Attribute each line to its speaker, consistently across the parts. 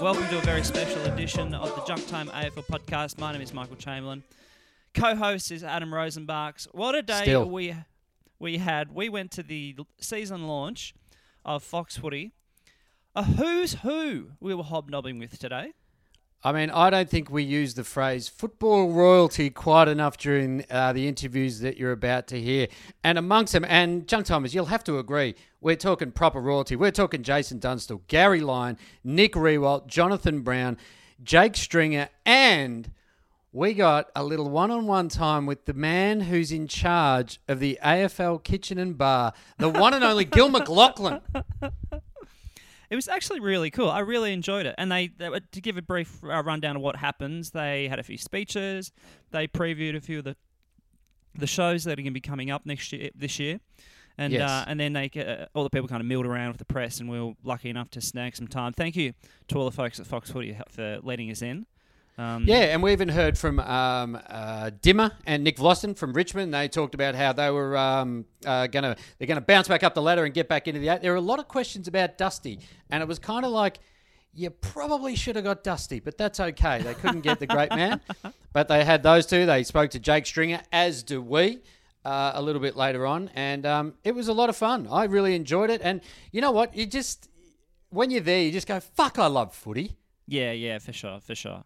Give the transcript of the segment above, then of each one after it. Speaker 1: Welcome to a very special edition of the Junk Time AFL podcast. My name is Michael Chamberlain. Co-host is Adam Rosenbachs. What a day
Speaker 2: Still.
Speaker 1: we we had. We went to the l- season launch of Fox Footy. A who's who we were hobnobbing with today.
Speaker 2: I mean, I don't think we use the phrase football royalty quite enough during uh, the interviews that you're about to hear. And amongst them, and Junk Timers, you'll have to agree, we're talking proper royalty. We're talking Jason Dunstall, Gary Lyon, Nick Rewalt, Jonathan Brown, Jake Stringer, and we got a little one on one time with the man who's in charge of the AFL kitchen and bar, the one and only Gil McLaughlin.
Speaker 1: It was actually really cool. I really enjoyed it. And they, they were- to give a brief uh, rundown of what happens, they had a few speeches. They previewed a few of the the shows that are going to be coming up next year, this year, and
Speaker 2: Yes.
Speaker 1: uh, and then they uh, all the people kind of milled around with the press, and we were lucky enough to snag some time. Thank you to all the folks at Fox Footy for letting us in. Um,
Speaker 2: Yeah, and we even heard from um, uh, Dimmer and Nick Vlossen from Richmond. They talked about how they were um, uh, gonna they're gonna bounce back up the ladder and get back into the eight. There were a lot of questions about Dusty, and it was kind of like you probably should have got Dusty, but that's okay. They couldn't get the great man, but they had those two. They spoke to Jake Stringer, as do we. Uh, a little bit later on, and um, it was a lot of fun. I really enjoyed it, and you know what? You just when you're there, you just go, "Fuck, I love footy."
Speaker 1: Yeah, yeah, for sure, for sure.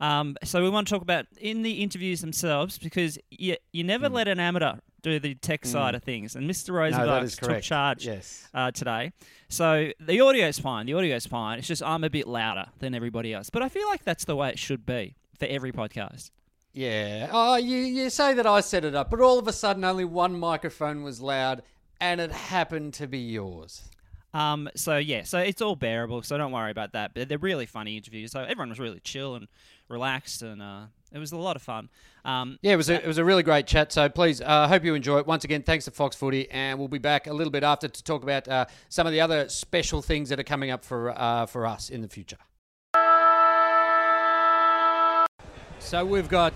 Speaker 1: Um, so we want to talk about in the interviews themselves because you, you never let an amateur do the tech side of things, and Mr.
Speaker 2: Hmm. that
Speaker 1: Rosenberg
Speaker 2: is
Speaker 1: took
Speaker 2: correct.
Speaker 1: charge
Speaker 2: Yes.
Speaker 1: uh, today. So the audio's fine, the audio's fine. It's just I'm a bit louder than everybody else, but I feel like that's the way it should be for every podcast.
Speaker 2: Yeah. Oh, you, you say that I set it up, but all of a sudden only one microphone was loud and it happened to be yours.
Speaker 1: Um, so yeah, so it's all bearable. So don't worry about that. But they're really funny interviews. So everyone was really chill and relaxed, and uh, it was a lot of fun. Um,
Speaker 2: Yeah, it was a, it was a really great chat. So please, uh, hope you enjoy it. Once again, thanks to Fox Footy, and we'll be back a little bit after to talk about uh, some of the other special things that are coming up for uh, for us in the future. So we've got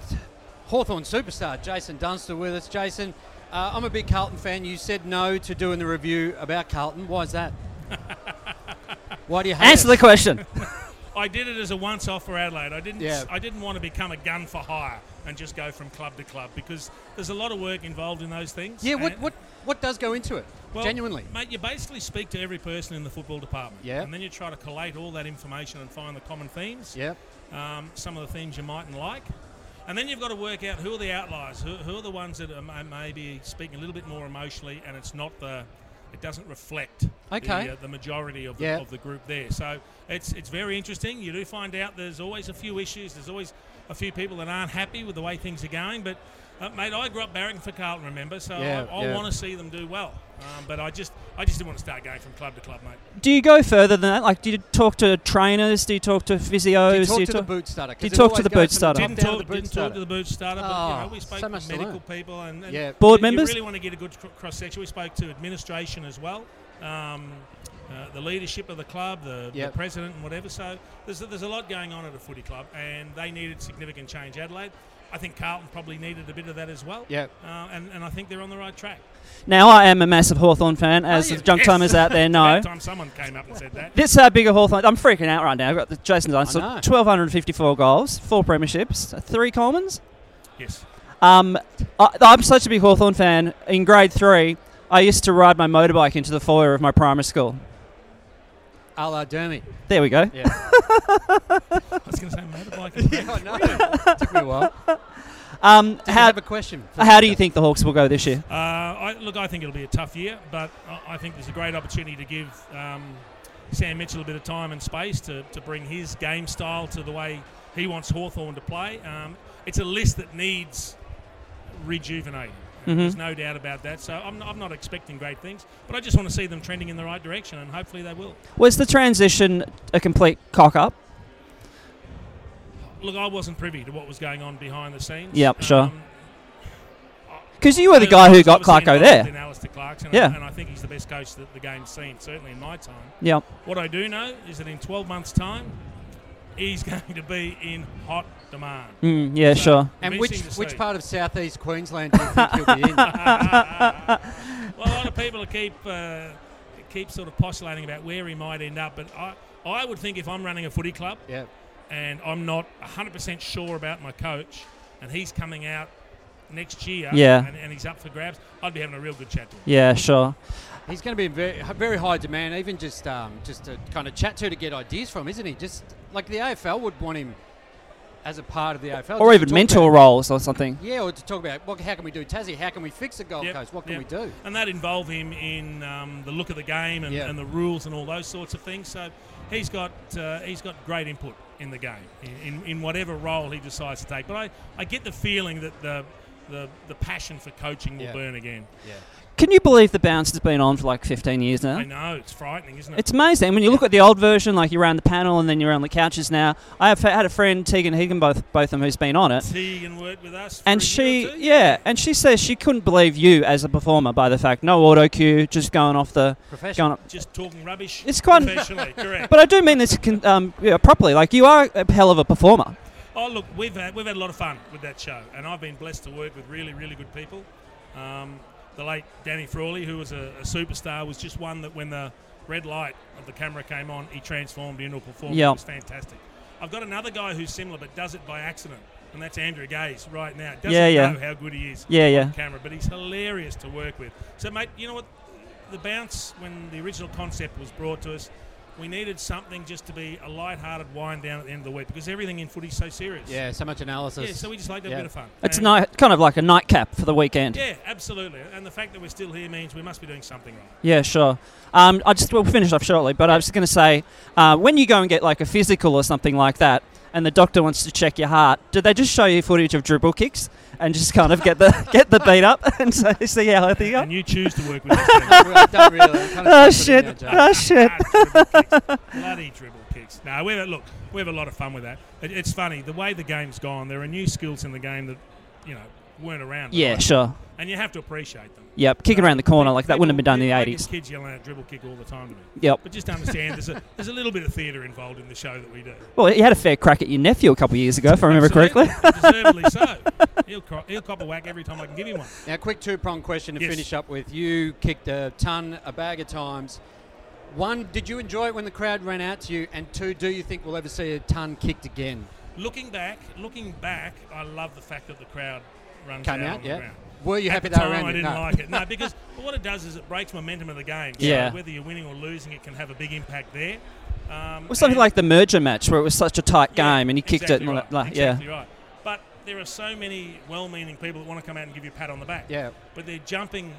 Speaker 2: Hawthorn superstar Jason Dunster with us. Jason, uh, I'm a big Carlton fan. You said no to doing the review about Carlton. Why is that? Why do you hate
Speaker 1: Answer
Speaker 2: us?
Speaker 1: the question.
Speaker 3: I did it as a once-off for Adelaide. I didn't.
Speaker 2: Yeah.
Speaker 3: I didn't want to become a gun for hire and just go from club to club because there's a lot of work involved in those things.
Speaker 2: Yeah, what,
Speaker 3: And-
Speaker 2: what, what does go into it?
Speaker 3: well,
Speaker 2: Genuinely.
Speaker 3: mate. You basically speak to every person in the football department.
Speaker 2: Yeah.
Speaker 3: and then you try to collate all that information and find the common themes.
Speaker 2: Yeah.
Speaker 3: um, some of the themes you mightn't like. And then you've got to work out who are the outliers, who, who are the ones that are may- maybe speaking a little bit more emotionally, and it's not the, it doesn't reflect
Speaker 2: Okay.
Speaker 3: the, uh, the majority of the,
Speaker 2: Yeah.
Speaker 3: of the group there. So it's it's very interesting. You do find out there's always a few issues. There's always a few people that aren't happy with the way things are going. But uh, mate, I grew up barracking for Carlton, remember? So
Speaker 2: Yeah,
Speaker 3: I, I
Speaker 2: yeah.
Speaker 3: want to see them do well. Um, but I just I just didn't want to start going from club to club, mate.
Speaker 1: Do you go further than that? Like, do you talk to trainers? Do you talk to physios?
Speaker 2: Do you talk
Speaker 1: Do
Speaker 2: to the boot starter? 'Cause
Speaker 1: do you
Speaker 2: it
Speaker 1: talk to
Speaker 2: always
Speaker 1: the
Speaker 2: goes
Speaker 1: boot
Speaker 2: from
Speaker 1: starter?
Speaker 2: top
Speaker 3: Didn't
Speaker 2: down
Speaker 3: talk,
Speaker 2: the boot
Speaker 3: didn't
Speaker 2: starter.
Speaker 3: talk to the boot starter, but you
Speaker 2: Oh,
Speaker 3: know, we spoke
Speaker 2: so
Speaker 3: to
Speaker 2: much to
Speaker 3: medical
Speaker 2: learn.
Speaker 3: people and, and
Speaker 2: Yeah.
Speaker 1: Board
Speaker 3: you-
Speaker 1: members?
Speaker 3: You really want to get a good cross section. We spoke to administration as well, um, uh, the leadership of the club, the,
Speaker 2: Yep.
Speaker 3: the president, and whatever. So there's a, there's a lot going on at a footy club, and they needed significant change. Adelaide, I think Carlton probably needed a bit of that as well.
Speaker 2: Yep.
Speaker 3: uh, and and I think they're on the right track.
Speaker 1: Now, I am a massive Hawthorn fan, as the
Speaker 3: Yes.
Speaker 1: junk timers out there know.
Speaker 3: That Oh, time someone came up and said that.
Speaker 1: This is how big a Hawthorn. I'm freaking out right now. I've got the Jason Dunstall,
Speaker 2: know.
Speaker 1: 1,254 goals, four premierships, three Colemans.
Speaker 3: Yes.
Speaker 1: Um, I, I'm such a big Hawthorn fan. In grade three, I used to ride my motorbike into the foyer of my primary school.
Speaker 2: A la Dermy.
Speaker 1: There we go.
Speaker 2: Yeah.
Speaker 3: I was going to say motorbike.
Speaker 2: I know. Took me a while.
Speaker 1: Um,
Speaker 2: Did you
Speaker 1: how,
Speaker 2: have a question? for
Speaker 1: how do
Speaker 2: Victor?
Speaker 1: you think the Hawks will go this year?
Speaker 3: Uh, I, look, I think it'll be a tough year, but I, I think there's a great opportunity to give um, Sam Mitchell a bit of time and space to, to bring his game style to the way He wants Hawthorn to play. Um, it's a list that needs rejuvenating. Uh,
Speaker 1: Mhm.
Speaker 3: There's no doubt about that. So I'm, I'm not expecting great things, but I just want to see them trending in the right direction, and hopefully they will.
Speaker 1: Was the transition a complete cock up?
Speaker 3: Look, I wasn't privy to what was going on behind the scenes.
Speaker 1: Yep, sure.
Speaker 3: Um,
Speaker 1: Because you were the guy
Speaker 3: I
Speaker 1: who
Speaker 3: was
Speaker 1: got
Speaker 3: obviously
Speaker 1: Clarko
Speaker 3: involved
Speaker 1: there.
Speaker 3: in Alistair Clarkson,
Speaker 1: Yeah.
Speaker 3: and, I think he's the best coach that the game's seen, certainly in my time.
Speaker 1: Yeah.
Speaker 3: What I do know is that in 12 months' time, he's going to be in hot demand.
Speaker 1: Mm, yeah,
Speaker 3: So-
Speaker 1: sure.
Speaker 2: And
Speaker 3: Be
Speaker 2: which
Speaker 3: interesting to
Speaker 2: which
Speaker 3: see.
Speaker 2: part of southeast Queensland do you think he'll be in?
Speaker 3: Well, a lot of people keep uh, keep sort of postulating about where he might end up, but I I would think if I'm running a footy club
Speaker 2: yeah.
Speaker 3: and I'm not 100% sure about my coach, and he's coming out next year,
Speaker 1: Yeah.
Speaker 3: and, and he's up for grabs, I'd be having a real good chat to him.
Speaker 1: Yeah, sure.
Speaker 2: He's going to be in very, very high demand, even just um, just to kind of chat to to get ideas from, isn't he? Just like the AFL would want him as a part of the AFL,
Speaker 1: Or
Speaker 2: just to
Speaker 1: even
Speaker 2: talk
Speaker 1: mentor
Speaker 2: about-
Speaker 1: roles or something.
Speaker 2: yeah, or to talk about what, how can we do Tassie? How can we fix the Gold
Speaker 3: Yep,
Speaker 2: Coast? What can
Speaker 3: yep.
Speaker 2: we do?
Speaker 3: And that involve him in um, the look of the game and,
Speaker 2: Yeah.
Speaker 3: and the rules and all those sorts of things. So he's got uh, he's got great input in the game in, in, in whatever role he decides to take. But I, I get the feeling that the the, the passion for coaching will
Speaker 2: Yeah.
Speaker 3: burn again.
Speaker 2: Yeah,
Speaker 1: Can you believe the bounce has been on for like 15 years now?
Speaker 3: I know it's frightening, isn't it?
Speaker 1: It's amazing. When you look at the old version, like you're around the panel and then you're on the couches now. I have had a friend, Tegan Higgin, both both of them, who's been on it.
Speaker 3: Tegan worked with us, for
Speaker 1: And
Speaker 3: a
Speaker 1: she,
Speaker 3: year or two.
Speaker 1: yeah, and she says she couldn't believe you as a performer by the fact no auto cue, just going off the
Speaker 2: professional.
Speaker 1: going up.
Speaker 3: just talking rubbish.
Speaker 1: It's quite-
Speaker 3: professionally correct.
Speaker 1: But I do mean this con- um, yeah, properly. Like you are a hell of a performer.
Speaker 3: Oh, look, we've had, we've had a lot of fun with that show, and I've been blessed to work with really, really good people. Um, the late Danny Frawley, who was a, a superstar, was just one that when the red light of the camera came on, he transformed into a performer.
Speaker 1: Yep.
Speaker 3: It was fantastic. I've got another guy who's similar, but does it by accident, and that's Andrew Gaze right now. Doesn't
Speaker 1: Yeah, yeah.
Speaker 3: know how good he is
Speaker 1: Yeah, yeah.
Speaker 3: camera, but he's hilarious to work with. So, mate, you know what? The bounce, when the original concept was brought to us, we needed something just to be a light-hearted wind down at the end of the week because everything in footy's so serious.
Speaker 2: Yeah, so much analysis.
Speaker 3: Yeah, so we just like to
Speaker 2: Yeah.
Speaker 3: have a bit of fun.
Speaker 1: It's
Speaker 3: And-
Speaker 1: night, kind of like a nightcap for the weekend.
Speaker 3: Yeah, absolutely. And the fact that we're still here means we must be doing something right.
Speaker 1: Yeah, sure. Um, I just we'll finish off shortly, but I was going to say, uh, when you go and get like a physical or something like that, and the doctor wants to check your heart, do they just show you footage of dribble kicks and just kind of get the get the beat up and so, see how healthy you are?
Speaker 3: And you choose to work with this thing.
Speaker 2: Well, I don't really. I'm kind of
Speaker 1: Oh
Speaker 2: stuck
Speaker 1: shit!
Speaker 2: with it now,
Speaker 1: Oh
Speaker 2: Jay.
Speaker 1: shit!
Speaker 3: Ah, dribble kicks. Bloody dribble kicks. No, we have, look, we have a lot of fun with that. It, it's funny the way the game's gone. There are new skills in the game that you know weren't around.
Speaker 1: Yeah,
Speaker 3: before.
Speaker 1: sure.
Speaker 3: and you have to appreciate them.
Speaker 1: Yep, kick around the corner like that wouldn't have been done in the
Speaker 3: I get
Speaker 1: eighties.
Speaker 3: Kids yelling out dribble kick all the time to me.
Speaker 1: Yep.
Speaker 3: But just understand, there's a there's a little bit of theatre involved in the show that we do.
Speaker 1: Well, you had a fair crack at your nephew a couple of years ago, if I remember correctly.
Speaker 3: Absolutely, deservedly so. He'll, cro- he'll cop a whack every time I can give him one.
Speaker 2: Now, quick two prong question to
Speaker 3: Yes.
Speaker 2: finish up with. You kicked a ton, a bag of times. One, did you enjoy it when the crowd ran out to you? And two, do you think we'll ever see a ton kicked again?
Speaker 3: Looking back, looking back, I love the fact that the crowd runs
Speaker 2: Come
Speaker 3: out,
Speaker 2: out,
Speaker 3: on the
Speaker 2: yeah.
Speaker 3: ground.
Speaker 2: Were you
Speaker 3: At
Speaker 2: happy
Speaker 3: the
Speaker 2: they were
Speaker 3: time,
Speaker 2: around?
Speaker 3: I
Speaker 2: you?
Speaker 3: didn't
Speaker 2: No.
Speaker 3: like it. No, because what it does is it breaks momentum of the game. So
Speaker 1: Yeah.
Speaker 3: whether you're winning or losing, it can have a big impact there. Um,
Speaker 1: It was something
Speaker 3: and-
Speaker 1: like the merger match where it was such a tight
Speaker 3: Yeah,
Speaker 1: game and you kicked it.
Speaker 3: exactly
Speaker 1: And all
Speaker 3: right,
Speaker 1: that, like,
Speaker 3: exactly right. But there are so many well-meaning people that want to come out and give you a pat on the back.
Speaker 2: Yeah.
Speaker 3: But they're jumping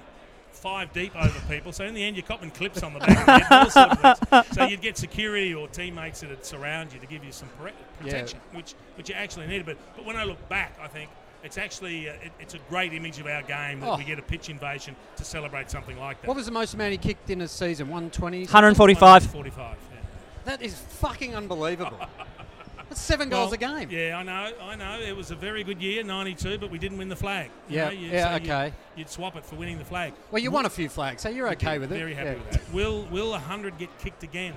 Speaker 3: five deep over people. So in the end, you're copping clips on the back. and all sorts of things. so you'd get security or teammates that would surround you to give you some pre- protection, which which you actually needed. But but when I look back, I think. It's actually uh, it, it's a great image of our game that
Speaker 2: Oh.
Speaker 3: we get a pitch invasion to celebrate something like that.
Speaker 2: What was the most amount he kicked in a season? 120?
Speaker 1: yeah. 145.
Speaker 3: 45. Yeah.
Speaker 2: That is fucking unbelievable. That's seven goals a
Speaker 3: Well,
Speaker 2: game.
Speaker 3: Yeah, I know, I know. It was a very good year, 92, but we didn't win the flag. you
Speaker 2: Yeah,
Speaker 3: know, you-
Speaker 2: yeah,
Speaker 3: so you-
Speaker 2: okay.
Speaker 3: You'd swap it for winning the flag.
Speaker 2: Well, you won a few flags, so you're okay with it.
Speaker 3: Very happy
Speaker 2: Yeah.
Speaker 3: with that. Will, will 100 get kicked again?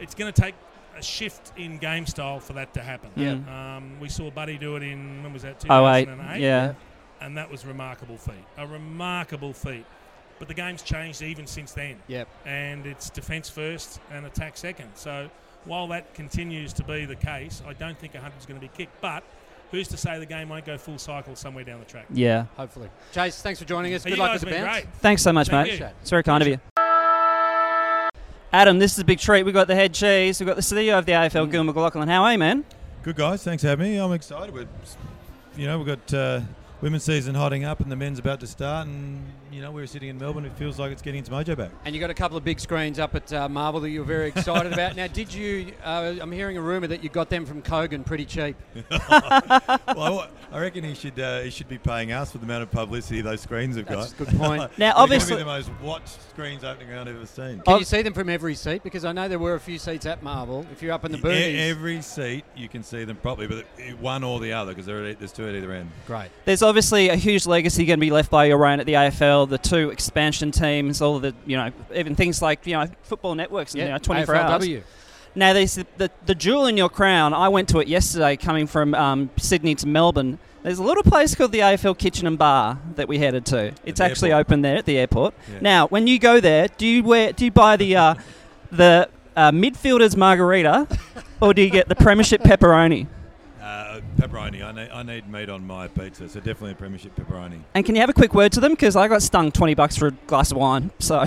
Speaker 3: It's going to take a shift in game style for that to happen.
Speaker 1: Yeah.
Speaker 3: Um, we saw Buddy do it in, when was that,
Speaker 1: Oh wait,
Speaker 3: 2008?
Speaker 1: yeah.
Speaker 3: And that was a remarkable feat. A remarkable feat. But the game's changed even since then
Speaker 2: Yep.
Speaker 3: and it's defence first and attack second. So while that continues to be the case, I don't think 100 is going to be kicked. But who's to say the game won't go full cycle somewhere down the track?
Speaker 1: Yeah.
Speaker 2: Hopefully. Jace, thanks for joining us.
Speaker 3: Hey,
Speaker 2: Good
Speaker 3: you
Speaker 2: luck
Speaker 3: guys
Speaker 2: with the
Speaker 3: have been
Speaker 2: bounce.
Speaker 3: great.
Speaker 1: Thanks so much,
Speaker 3: Thank
Speaker 1: mate.
Speaker 3: you.
Speaker 1: It's very kind of you. Adam, this is a big treat. We've got the head cheese. We've got the CEO of the AFL,
Speaker 3: Mm.
Speaker 1: Gil McLaughlin. How are you, man?
Speaker 4: Good guys, thanks for having me. I'm excited. We're, you know, we've got uh, women's season hotting up and the men's about to start. And, you know, we were sitting in Melbourne. It feels like it's getting its mojo back.
Speaker 2: And you got a couple of big screens up at uh, Marvel that you were very excited about. Now, did you? Uh, I'm hearing a rumor that you got them from Kogan pretty cheap.
Speaker 4: well, I reckon he should uh, he should be paying us for the amount of publicity those screens have
Speaker 2: That's a
Speaker 4: got.
Speaker 2: good point.
Speaker 4: They're
Speaker 1: Now,
Speaker 4: gonna be
Speaker 1: obviously,
Speaker 4: the most watched screens opening round I've ever seen.
Speaker 2: Can you see them from every seat? Because I know there were a few seats at Marvel. If you're up in the
Speaker 4: E-
Speaker 2: boonies,
Speaker 4: Every seat you can see them properly, but it- one or the other because there's two at either end.
Speaker 2: great.
Speaker 1: there's obviously a huge legacy going to be left by Iran at the AFL, the two expansion teams, all of the you know even things like you know football networks, and you know, 24 hours.
Speaker 2: AFLW.
Speaker 1: Now, there's the, the, the jewel in your crown. I went to it yesterday coming from um, Sydney to Melbourne. There's a little place called the AFL Kitchen and Bar that we headed to. It's
Speaker 4: the
Speaker 1: actually
Speaker 4: airport.
Speaker 1: open there at the airport.
Speaker 4: Yeah.
Speaker 1: Now, when you go there, do you wear do you buy the uh, the uh, midfielder's margarita or do you get the premiership pepperoni?
Speaker 4: Uh, pepperoni. I need, I need meat on my pizza, so definitely a premiership pepperoni.
Speaker 1: And can you have a quick word to them because I got stung 20 bucks for a glass of wine. So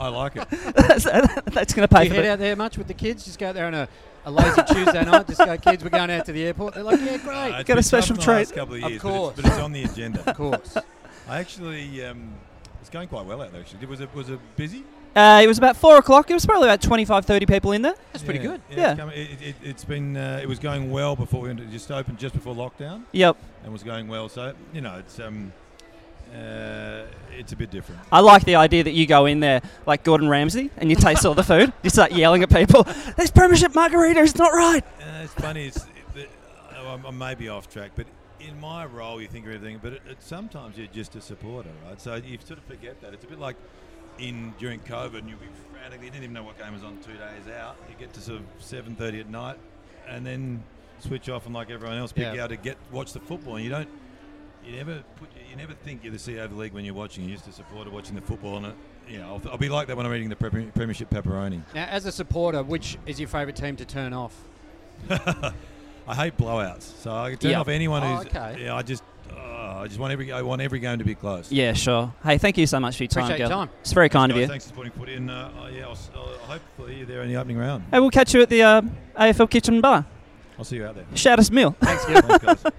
Speaker 4: I like it.
Speaker 1: that's, that's going to
Speaker 2: Do
Speaker 1: pay
Speaker 2: you
Speaker 1: for
Speaker 2: head
Speaker 1: it.
Speaker 2: out there much with the kids? Just go out there on a, a lazy Tuesday night. Just go, kids, we're going out to the airport. They're like, yeah,
Speaker 4: Uh,
Speaker 2: great.
Speaker 4: it's
Speaker 1: Got a
Speaker 4: been tough
Speaker 1: special
Speaker 4: in the
Speaker 1: treat.
Speaker 4: last couple of
Speaker 2: Of
Speaker 4: years,
Speaker 2: course.
Speaker 4: But, it's, but it's on the
Speaker 2: of
Speaker 4: agenda.
Speaker 2: course.
Speaker 4: I actually, um, it's going quite well out there. Actually, was it was it busy?
Speaker 1: Uh, it was about 4 o'clock. It was probably about 25, 30 people in there.
Speaker 2: That's pretty good.
Speaker 1: Yeah.
Speaker 4: It's, come- it, it, it's been uh, it was going well before we went. It just opened just before lockdown
Speaker 1: Yep.
Speaker 4: and was going well. So you know, it's um, uh, it's a bit different.
Speaker 1: I like the idea that you go in there like Gordon Ramsay and you taste all the food. You start yelling at people, this premiership margarita is not right.
Speaker 4: Uh, it's funny. It's, it, I, I may be off track, but in my role, you think of everything. But it, it, sometimes you're just a supporter, right? So you sort of forget that. It's a bit like in during COVID, and you'll be frantic. You didn't even know what game was on two days out. You get to sort of seven thirty at night, and then switch off and like everyone else, pick
Speaker 2: Yeah.
Speaker 4: out to get watch the football. And you don't. You never put. You never think you're the CEO of the league when you're watching. You're just a supporter watching the football, and it, you know I'll, I'll be like that when I'm eating the Premi- premiership pepperoni.
Speaker 2: Now, as a supporter, which is your favourite team to turn off?
Speaker 4: I hate blowouts, so I can turn
Speaker 1: Yeah.
Speaker 4: off anyone
Speaker 2: Oh,
Speaker 4: who's.
Speaker 2: okay.
Speaker 4: Yeah, I just, uh, I just want every, I want every game to be close.
Speaker 1: Yeah, sure. Hey, thank you so much for your time,
Speaker 2: Appreciate your
Speaker 1: Gil.
Speaker 2: time.
Speaker 1: It's very kind
Speaker 4: Guys,
Speaker 1: of you.
Speaker 4: thanks for putting foot in. Uh, oh, yeah, I'll, s- I'll- hopefully you're there in the opening round.
Speaker 1: Hey, we'll catch you at the uh, AFL Kitchen Bar.
Speaker 4: I'll see you out there.
Speaker 1: Shout us a meal.
Speaker 2: Thanks, Gil.
Speaker 4: Thanks, guys.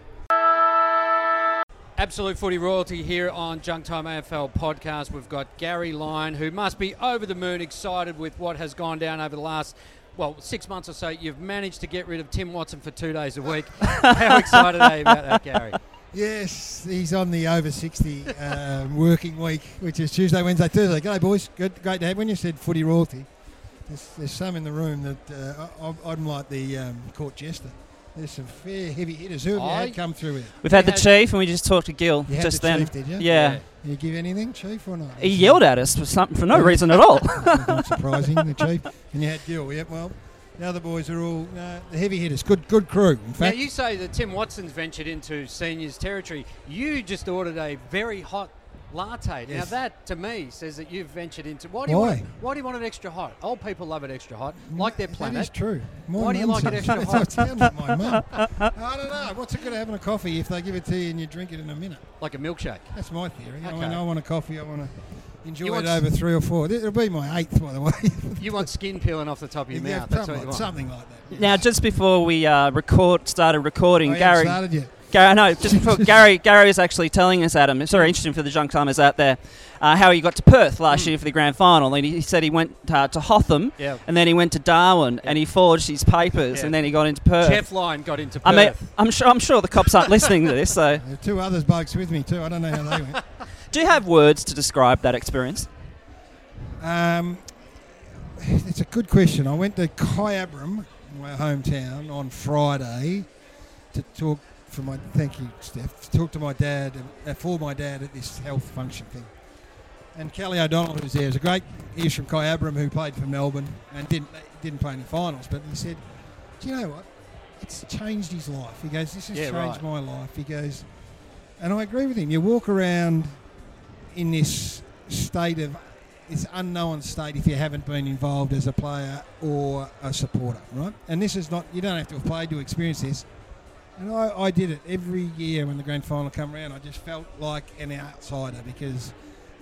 Speaker 2: Absolute footy royalty here on Junk Time AFL podcast. We've got Gary Lyon, who must be over the moon excited with what has gone down over the last, well, six months or so. You've managed to get rid of Tim Watson for two days a week. How excited are you about that, Gary?
Speaker 5: Yes, he's on the over 60 um, working week, which is Tuesday, Wednesday, Thursday. G'day, boys. Good, great to have. When you said footy royalty, there's, there's some in the room that uh, I- I- I'm like the um, court jester. There's some fair heavy hitters. Who have you
Speaker 2: I-
Speaker 5: had come through here?
Speaker 1: We've had the
Speaker 2: Yeah.
Speaker 1: chief and we just talked to Gil
Speaker 5: You had
Speaker 1: just
Speaker 5: the
Speaker 1: then.
Speaker 5: chief, did you?
Speaker 1: Yeah.
Speaker 5: You give anything, Chief, or not?
Speaker 1: He yelled at us for something for no reason at all.
Speaker 5: not surprising, the Chief. And you had Gil. Yep, well, the other boys are all uh, the heavy hitters. Good good crew, in
Speaker 2: Now,
Speaker 5: fact.
Speaker 2: you say that Tim Watson's ventured into seniors territory. You just ordered a very hot latte.
Speaker 5: Yes.
Speaker 2: Now, that to me says that you've ventured into. Why do, you
Speaker 5: Why? Mm,
Speaker 2: Want it, why do you want it extra hot? Old people love it extra hot, like their planet.
Speaker 5: That is true. My
Speaker 2: Why do you
Speaker 5: mum
Speaker 2: like it
Speaker 5: says-
Speaker 2: extra hot?
Speaker 5: It sounds like my mum. I don't know. What's it good having a coffee if they give it to you and you drink it in a minute?
Speaker 2: like a milkshake.
Speaker 5: That's my theory. I,
Speaker 2: Okay.
Speaker 5: mean, I want a coffee. I want to
Speaker 2: You
Speaker 5: enjoy
Speaker 2: want
Speaker 5: it
Speaker 2: s-
Speaker 5: over three or four. It'll be my eighth, by the way.
Speaker 2: You want skin peeling off the top of your
Speaker 5: Yeah,
Speaker 2: mouth. That's
Speaker 5: something,
Speaker 2: what you
Speaker 5: like,
Speaker 2: want.
Speaker 5: something like that.
Speaker 1: now, just before we uh, record, started recording,
Speaker 2: Oh,
Speaker 5: I haven't
Speaker 1: Gary.
Speaker 5: started yet.
Speaker 1: Gary, no, just before Gary, Gary is actually telling us, Adam, it's very interesting for the junk timers out there, uh, how he got to Perth last year for the grand final. And he, he said he went uh, to Hotham,
Speaker 2: Mm. Yeah.
Speaker 1: and then he went to Darwin, and he forged his papers,
Speaker 2: Yeah.
Speaker 1: and then he got into Perth.
Speaker 2: Jeff Lyon got into
Speaker 1: I
Speaker 2: Perth.
Speaker 1: mean, I'm sure, I'm sure the cops aren't listening to this. So,
Speaker 5: There are two others blokes with me too. I don't know how they went.
Speaker 1: do you have words to describe that experience?
Speaker 5: Um, it's a good question. I went to Kyabram, my hometown, on Friday to talk for my thank you, Steph. To talk to my dad uh, for my dad at this health function thing. And Kelly O'Donnell, who's there, is a great. He's from Kyabram, who played for Melbourne and didn't didn't play any finals. But he said, "Do you know what? It's changed his life." He goes, "This has
Speaker 2: Yeah,
Speaker 5: changed
Speaker 2: right.
Speaker 5: my life." He goes, and I agree with him. You walk around in this state of it's unknown state if you haven't been involved as a player or a supporter, right? And this is not you don't have to have played to experience this. And I, I did it every year when the grand final come around. I just felt like an outsider because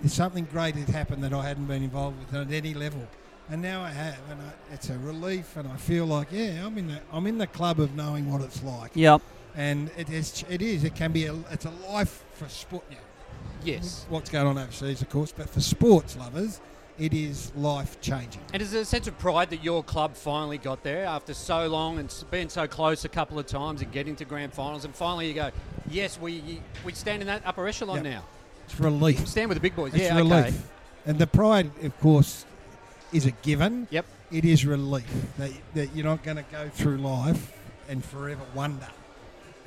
Speaker 5: there's something great had happened that I hadn't been involved with at any level. and now I have, and I, it's a relief, and I feel like yeah, I'm in the I'm in the club of knowing what it's like,
Speaker 1: Yep.
Speaker 5: and it is it is it can be a, it's a life for sport. Yeah,
Speaker 2: Yes.
Speaker 5: what's going on overseas, of course, but for sports lovers, it is life changing.
Speaker 2: And is there a sense of pride that your club finally got there after so long and s- being so close a couple of times and getting to grand finals, and finally you go, yes, we we stand in that upper echelon
Speaker 5: Yeah.
Speaker 2: now.
Speaker 5: It's relief.
Speaker 2: Stand with the big boys.
Speaker 5: It's
Speaker 2: yeah,
Speaker 5: relief.
Speaker 2: okay.
Speaker 5: And the pride, of course, is a given.
Speaker 2: Yep.
Speaker 5: It is relief that, that you're not going to go through life and forever wonder.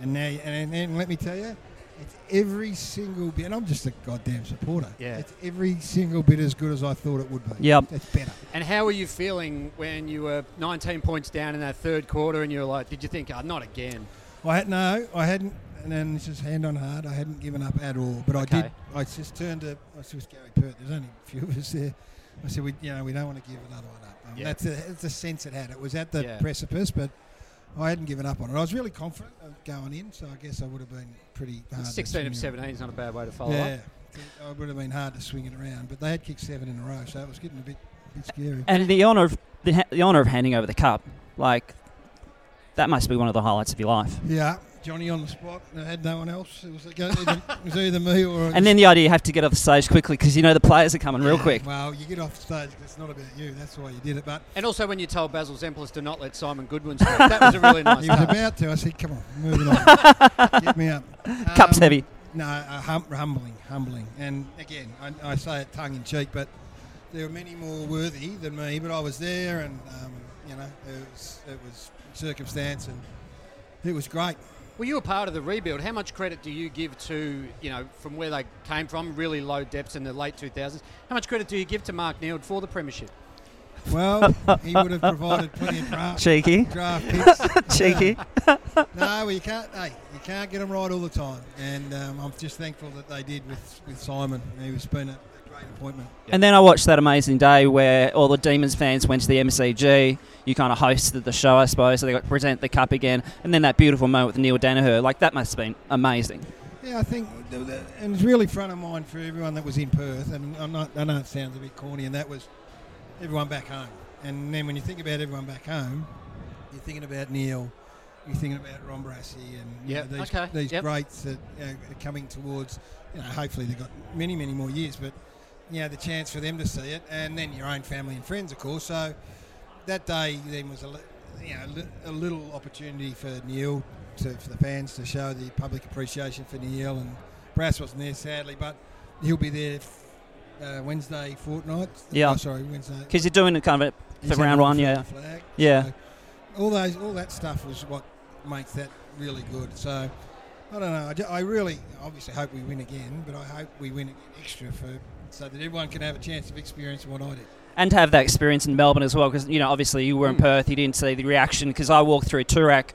Speaker 5: And now, and, and, and let me tell you, it's every single bit. And I'm just a goddamn supporter.
Speaker 2: Yeah.
Speaker 5: It's every single bit as good as I thought it would be.
Speaker 1: Yep.
Speaker 5: It's better.
Speaker 2: And how were you feeling when you were 19 points down in that third quarter and you were like, did you think, oh, not again?
Speaker 5: I had no, I hadn't, and then this is hand on heart. I hadn't given up at all, but I
Speaker 2: Okay.
Speaker 5: did. I just turned to. I was with Gary Pert. There's only a few of us there. I said, we, you know, we don't want to give another one up. Um,
Speaker 2: Yeah.
Speaker 5: That's the, that's the sense it had. It was at the
Speaker 2: Yeah.
Speaker 5: precipice, but I hadn't given up on it. I was really confident of going in, so I guess I would have been pretty hard. to
Speaker 2: 16 of
Speaker 5: swing
Speaker 2: 17 is not a bad way to follow
Speaker 5: around.
Speaker 2: up.
Speaker 5: Yeah, I would have been hard to swing it around, but they had kicked seven in a row, so it was getting a bit, bit scary.
Speaker 1: And the honor of the, ha- the honor of handing over the cup, like that must be one of the highlights of your life.
Speaker 5: Yeah, Johnny on the spot. I had no one else. It was, either, it was either me or.
Speaker 1: And then the idea you have to get off stage quickly because you know the players are coming real quick.
Speaker 5: Well, you get off stage. 'cause It's not about you. That's why you did it. But
Speaker 2: And also when you told Basil Zemplis to not let Simon Goodwin speak, that was a really nice
Speaker 5: he was
Speaker 2: touch.
Speaker 5: about to. I said, "Come on, move it on. Get me up."
Speaker 1: Cup's
Speaker 5: Um,
Speaker 1: heavy.
Speaker 5: No, uh, hum- humbling, humbling. And again, I, I say it tongue in cheek, but there were many more worthy than me. But I was there, and um, you know, it was, it was circumstance, and it was great.
Speaker 2: Well, you were part of the rebuild. How much credit do you give to, you know, from where they came from, really low depths in the late 2000s? How much credit do you give to Mark Neild for the premiership?
Speaker 5: Well, he would have provided plenty of draft,
Speaker 1: Cheeky.
Speaker 5: draft picks.
Speaker 1: Cheeky.
Speaker 5: No, well, you can't. Hey, you can't get them right all the time, and um, I'm just thankful that they did with, with Simon. He was been a, a great appointment.
Speaker 1: And then I watched that amazing day where all the Demons fans went to the MCG. You kind of hosted the show, I suppose, so they got to present the cup again. And then that beautiful moment with Neil Danaher. Like, that must have been amazing.
Speaker 5: Yeah, I think, th- th- and it's really front of mind for everyone that was in Perth. And I'm not, I know it sounds a bit corny, and that was everyone back home. And then when you think about everyone back home, you're thinking about Neil, you're thinking about Ron Brassi, and you
Speaker 2: Yep,
Speaker 5: know, these,
Speaker 2: okay,
Speaker 5: these
Speaker 2: yep.
Speaker 5: greats that you know, are coming towards. You know, hopefully they've got many, many more years, but you know, the chance for them to see it, and then your own family and friends, of course. So that day then was a, li- you know, a li- a little opportunity for Neil, to, for the fans to show the public appreciation for Neil. And Brass wasn't there, sadly, but he'll be there f- uh, Wednesday fortnight.
Speaker 1: Yeah.
Speaker 5: Oh, sorry, Wednesday.
Speaker 1: Because you're doing it kind of
Speaker 5: He's
Speaker 1: for round
Speaker 5: having a
Speaker 1: one,
Speaker 5: fl-
Speaker 1: yeah.
Speaker 5: flag.
Speaker 1: Yeah.
Speaker 5: So all those, all that stuff was what makes that really good. So I don't know. I, ju- I really, obviously, hope we win again, but I hope we win again extra for so that everyone can have a chance of experiencing what I did.
Speaker 1: and to have that experience in Melbourne as well. Because you know, obviously, you were
Speaker 2: Hmm.
Speaker 1: in Perth, you didn't see the reaction. Because I walked through Turak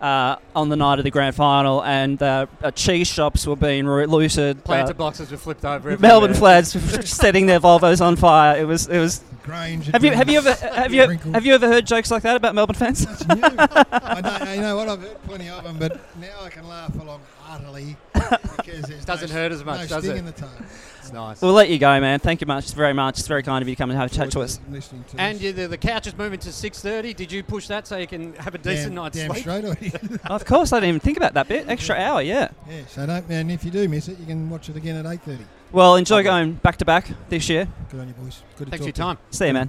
Speaker 1: uh, on the night of the grand final, and uh, uh, cheese shops were being ru- looted.
Speaker 2: Planter
Speaker 1: uh,
Speaker 2: boxes were flipped over. everywhere.
Speaker 1: Melbourne flags setting their Volvos on fire. It was, it was.
Speaker 5: Grange.
Speaker 1: Have you, have you ever, have you, have you ever heard jokes like that about Melbourne fans?
Speaker 5: That's new. I know, you know what? I've heard plenty of them, but now I can laugh along heartily because there's
Speaker 2: Doesn't
Speaker 5: no,
Speaker 2: hurt as much,
Speaker 5: no
Speaker 2: does
Speaker 5: sting
Speaker 2: it?
Speaker 5: in the tongue.
Speaker 2: It's nice.
Speaker 1: We'll let you go, man. Thank you much, very much. It's very kind of you to come and have a chat to us.
Speaker 5: Listening to
Speaker 2: And
Speaker 5: this.
Speaker 2: you, the, the couch is moving to 6.30. Did you push that so you can have a decent
Speaker 5: Damn-
Speaker 2: night's
Speaker 5: damn
Speaker 2: sleep?
Speaker 5: straight away.
Speaker 1: Of course, I didn't even think about that bit. Extra hour, yeah.
Speaker 5: yeah. So don't. And if you do miss it, you can watch it again at eight thirty.
Speaker 1: Well, enjoy going back to back this year.
Speaker 5: Good on you, boys. Good to
Speaker 2: Thanks for your
Speaker 5: talk to you.
Speaker 2: time.
Speaker 1: See you, man.